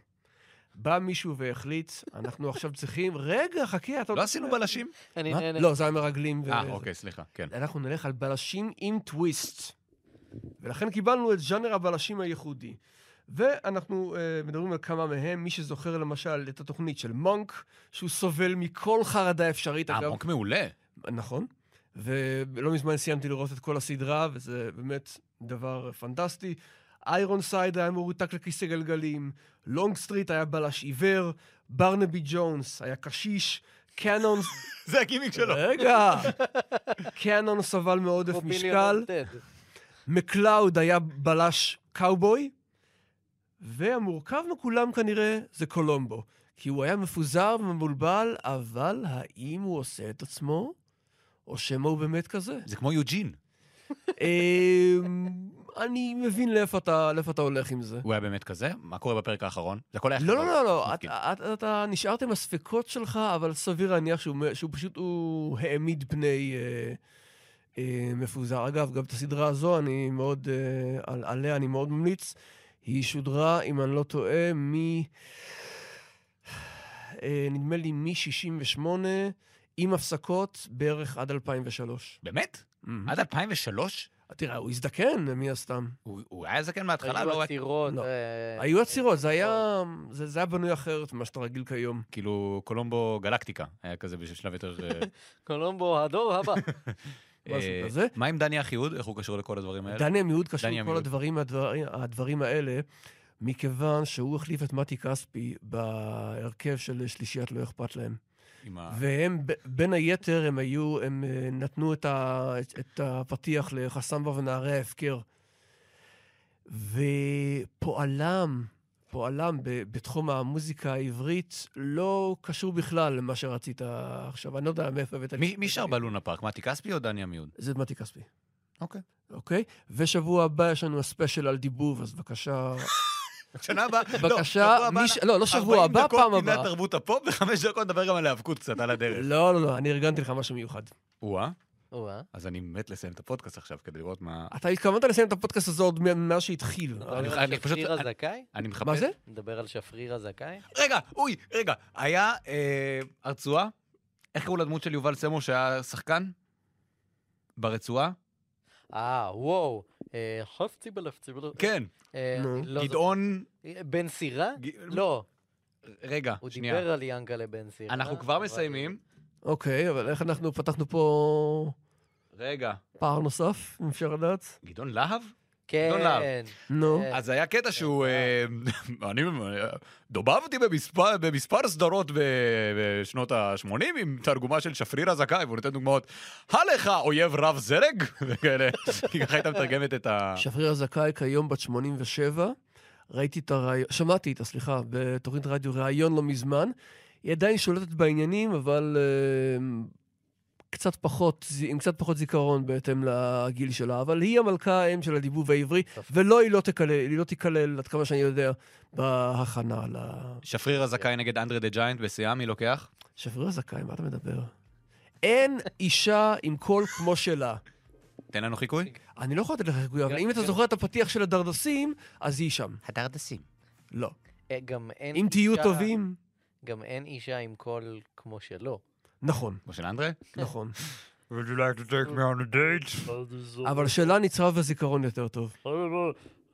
בא מישהו והחליט, אנחנו עכשיו צריכים... רגע, חכה, אתה...
לא עשינו בלשים?
אני
מה?
נהנה.
לא, זה המרגלים. ו-
אה, אוקיי, סליחה, כן.
אנחנו נלך על בלשים עם טוויסט. ולכן קיבלנו את ז'אנר הבלשים הייחודי. ואנחנו uh, מדברים על כמה מהם, מי שזוכר למשל את התוכנית של מונק, שהוא סובל מכל חרדה אפשרית,
אה,
אגב.
מונק מעולה.
נכון. ולא מזמן סיימתי לראות את כל הסדרה, וזה באמת דבר פנטסטי. איירון סייד היה מרותק לכיסא גלגלים, לונג סטריט היה בלש עיוור, ברנבי ג'ונס היה קשיש, קאנון...
זה הגימיק שלו.
רגע! קאנון סבל מעודף
כמו
משקל,
ביליון טד.
מקלאוד היה בלש קאובוי, והמורכב מכולם כנראה זה קולומבו. כי הוא היה מפוזר ומבולבל, אבל האם הוא עושה את עצמו? או שמא הוא באמת כזה?
זה כמו יוג'ין.
אמ, אני מבין לאיפה אתה, לאיפה אתה הולך עם זה.
הוא היה באמת כזה? מה קורה בפרק האחרון? זה הכל היה
לא, לא,
חבל.
לא, לא,
מפגין.
אתה, אתה, אתה נשארת עם הספקות שלך, אבל סביר להניח שהוא, מ- שהוא פשוט, הוא העמיד פני אה, אה, מפוזר. אגב, גם את הסדרה הזו, אני מאוד, אה, על, עליה אני מאוד ממליץ. היא שודרה, אם אני לא טועה, מ... אה, נדמה לי מ-68, עם הפסקות, בערך עד 2003.
באמת? עד 2003?
תראה, הוא הזדקן, מן הסתם.
הוא הוא היה זקן מההתחלה, לא
היו
היה
עצירות.
לא.
אה, נכון.
היו עצירות, זה היה, זה, זה היה בנוי אחרת ממה שאתה רגיל כיום.
כאילו קולומבו גלקטיקה, היה כזה בשלב יותר... אה,
קולומבו, הדור הבא.
משהו
אה,
כזה.
מה עם דני אחיהוד? איך הוא קשור לכל הדברים האלה?
דני עמיהוד קשור
דני
לכל
עמיהוד.
הדברים, הדברים, הדברים האלה, מכיוון שהוא החליף את מתי כספי בהרכב של שלישיית לא אכפת להם.
עם ה-
והם, ב- בין היתר, הם היו, הם אה, נתנו את, ה, את, את הפתיח לחסמבה ונערי ההפקר. ופועלם, פועלם ב, בתחום המוזיקה העברית לא קשור בכלל למה שרצית עכשיו. אני לא יודע מאיפה הבאת... לי-
מי מי שר בלונה פארק? מתי כספי או דני עמיהוד?
זה מתי כספי.
אוקיי.
אוקיי? ושבוע הבא יש לנו הספיישל על דיבוב, אז בבקשה...
שנה הבאה, לא,
בבקשה,
שבוע הבא,
מי ש- לא, לא שבוע הבא, פעם
40 דקות
הבאה.
פינת תרבות הפופ, וחמש דקות נדבר גם על האבקות קצת על הדרך.
לא, לא, לא, אני ארגנתי לך משהו מיוחד.
או-אה,
או-אה.
אז אני מת לסיים את הפודקאסט עכשיו כדי לראות מה...
אתה התכוונת לסיים את הפודקאסט הזה עוד מ- מאז שהתחיל.
נדבר
לא, אני
על
פשוט-
שפריר
אני-
הזכאי?
אני מחפש...
מה זה?
נדבר על שפריר הזכאי?
רגע, אוי, רגע. היה אה, הרצועה, איך קראו לדמות של יובל סמו שהיה שחקן? ברצועה?
אה, וואו. אה, חפצי בלפצי בלפצי.
כן,
אה,
נו.
אני לא
גדעון...
זוכר. בן סירה?
ג-
לא.
רגע,
הוא
שנייה.
דיבר על ינקלה בן סירה.
אנחנו כבר
אבל-
מסיימים.
אוקיי, אבל איך אנחנו פתחנו פה
רגע,
פער נוסף, אם אפשר לדעת?
גדעון להב? גדעון להב.
כן.
נו.
כן.
אז היה קטע שהוא... אה, אני אה, דובבתי במספר- במספר סדרות ב- בשנות ה-80 עם תרגומה של שפריר הזכאי, והוא נותן דוגמאות, הלך אויב רב זרג, וכאלה. היא ככה הייתה מתרגמת את ה...
שפריר הזכאי כיום בת 87. ראיתי את הרעיון, שמעתי איתה, סליחה, בתוכנית רדיו ראיון לא מזמן. היא עדיין שולטת בעניינים, אבל אה, קצת פחות, ז- עם קצת פחות זיכרון בהתאם לגיל שלה. אבל היא המלכה האם של הדיבוב העברי, ולא, היא לא תיכלל, היא לא תיכלל, עד כמה שאני יודע, בהכנה
שפריר הזכאי נגד אנדרי דה ג'יינט בשיאה, מי לוקח?
לשפריר הזכאי, מה אתה מדבר? אין אישה עם קול כמו שלה.
תן לנו חיקוי.
אני לא יכול לתת לך חיקוי, אבל אם אתה זוכר את הפתיח של הדרדסים, אז היא שם.
הדרדסים.
לא.
אה, גם אין
אם תהיו
אישה-
טובים...
גם אין אישה עם קול כמו שלו.
נכון,
כמו של אנדרי?
נכון.
Would you like to take me on a date?
אבל שלה נצרב בזיכרון יותר טוב.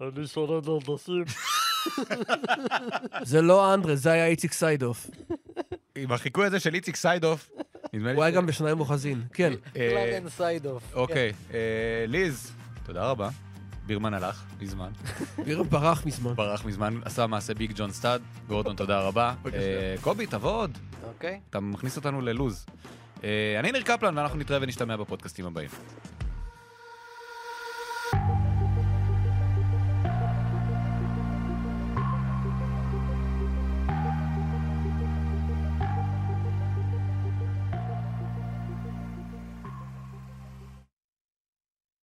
אני שונא דרדסים.
זה לא אנדרס, זה היה איציק סיידוף.
עם החיקוי הזה של איציק סיידוף, נדמה לי...
הוא היה גם בשניים אוחזין, כן.
אה,
קלרן סיידוף.
אוקיי, אה, ליז, תודה רבה. בירמן הלך מזמן,
בירם ברח מזמן.
ברח מזמן, עשה מעשה ביג ג'ון סטאד. גורדון, תודה רבה. אה, קובי, תבוא עוד,
כן, אוקיי.
אתה מכניס אותנו ללוז. אה, אני ניר קפלן, ואנחנו נתראה ונשתמע בפודקאסטים הבאים.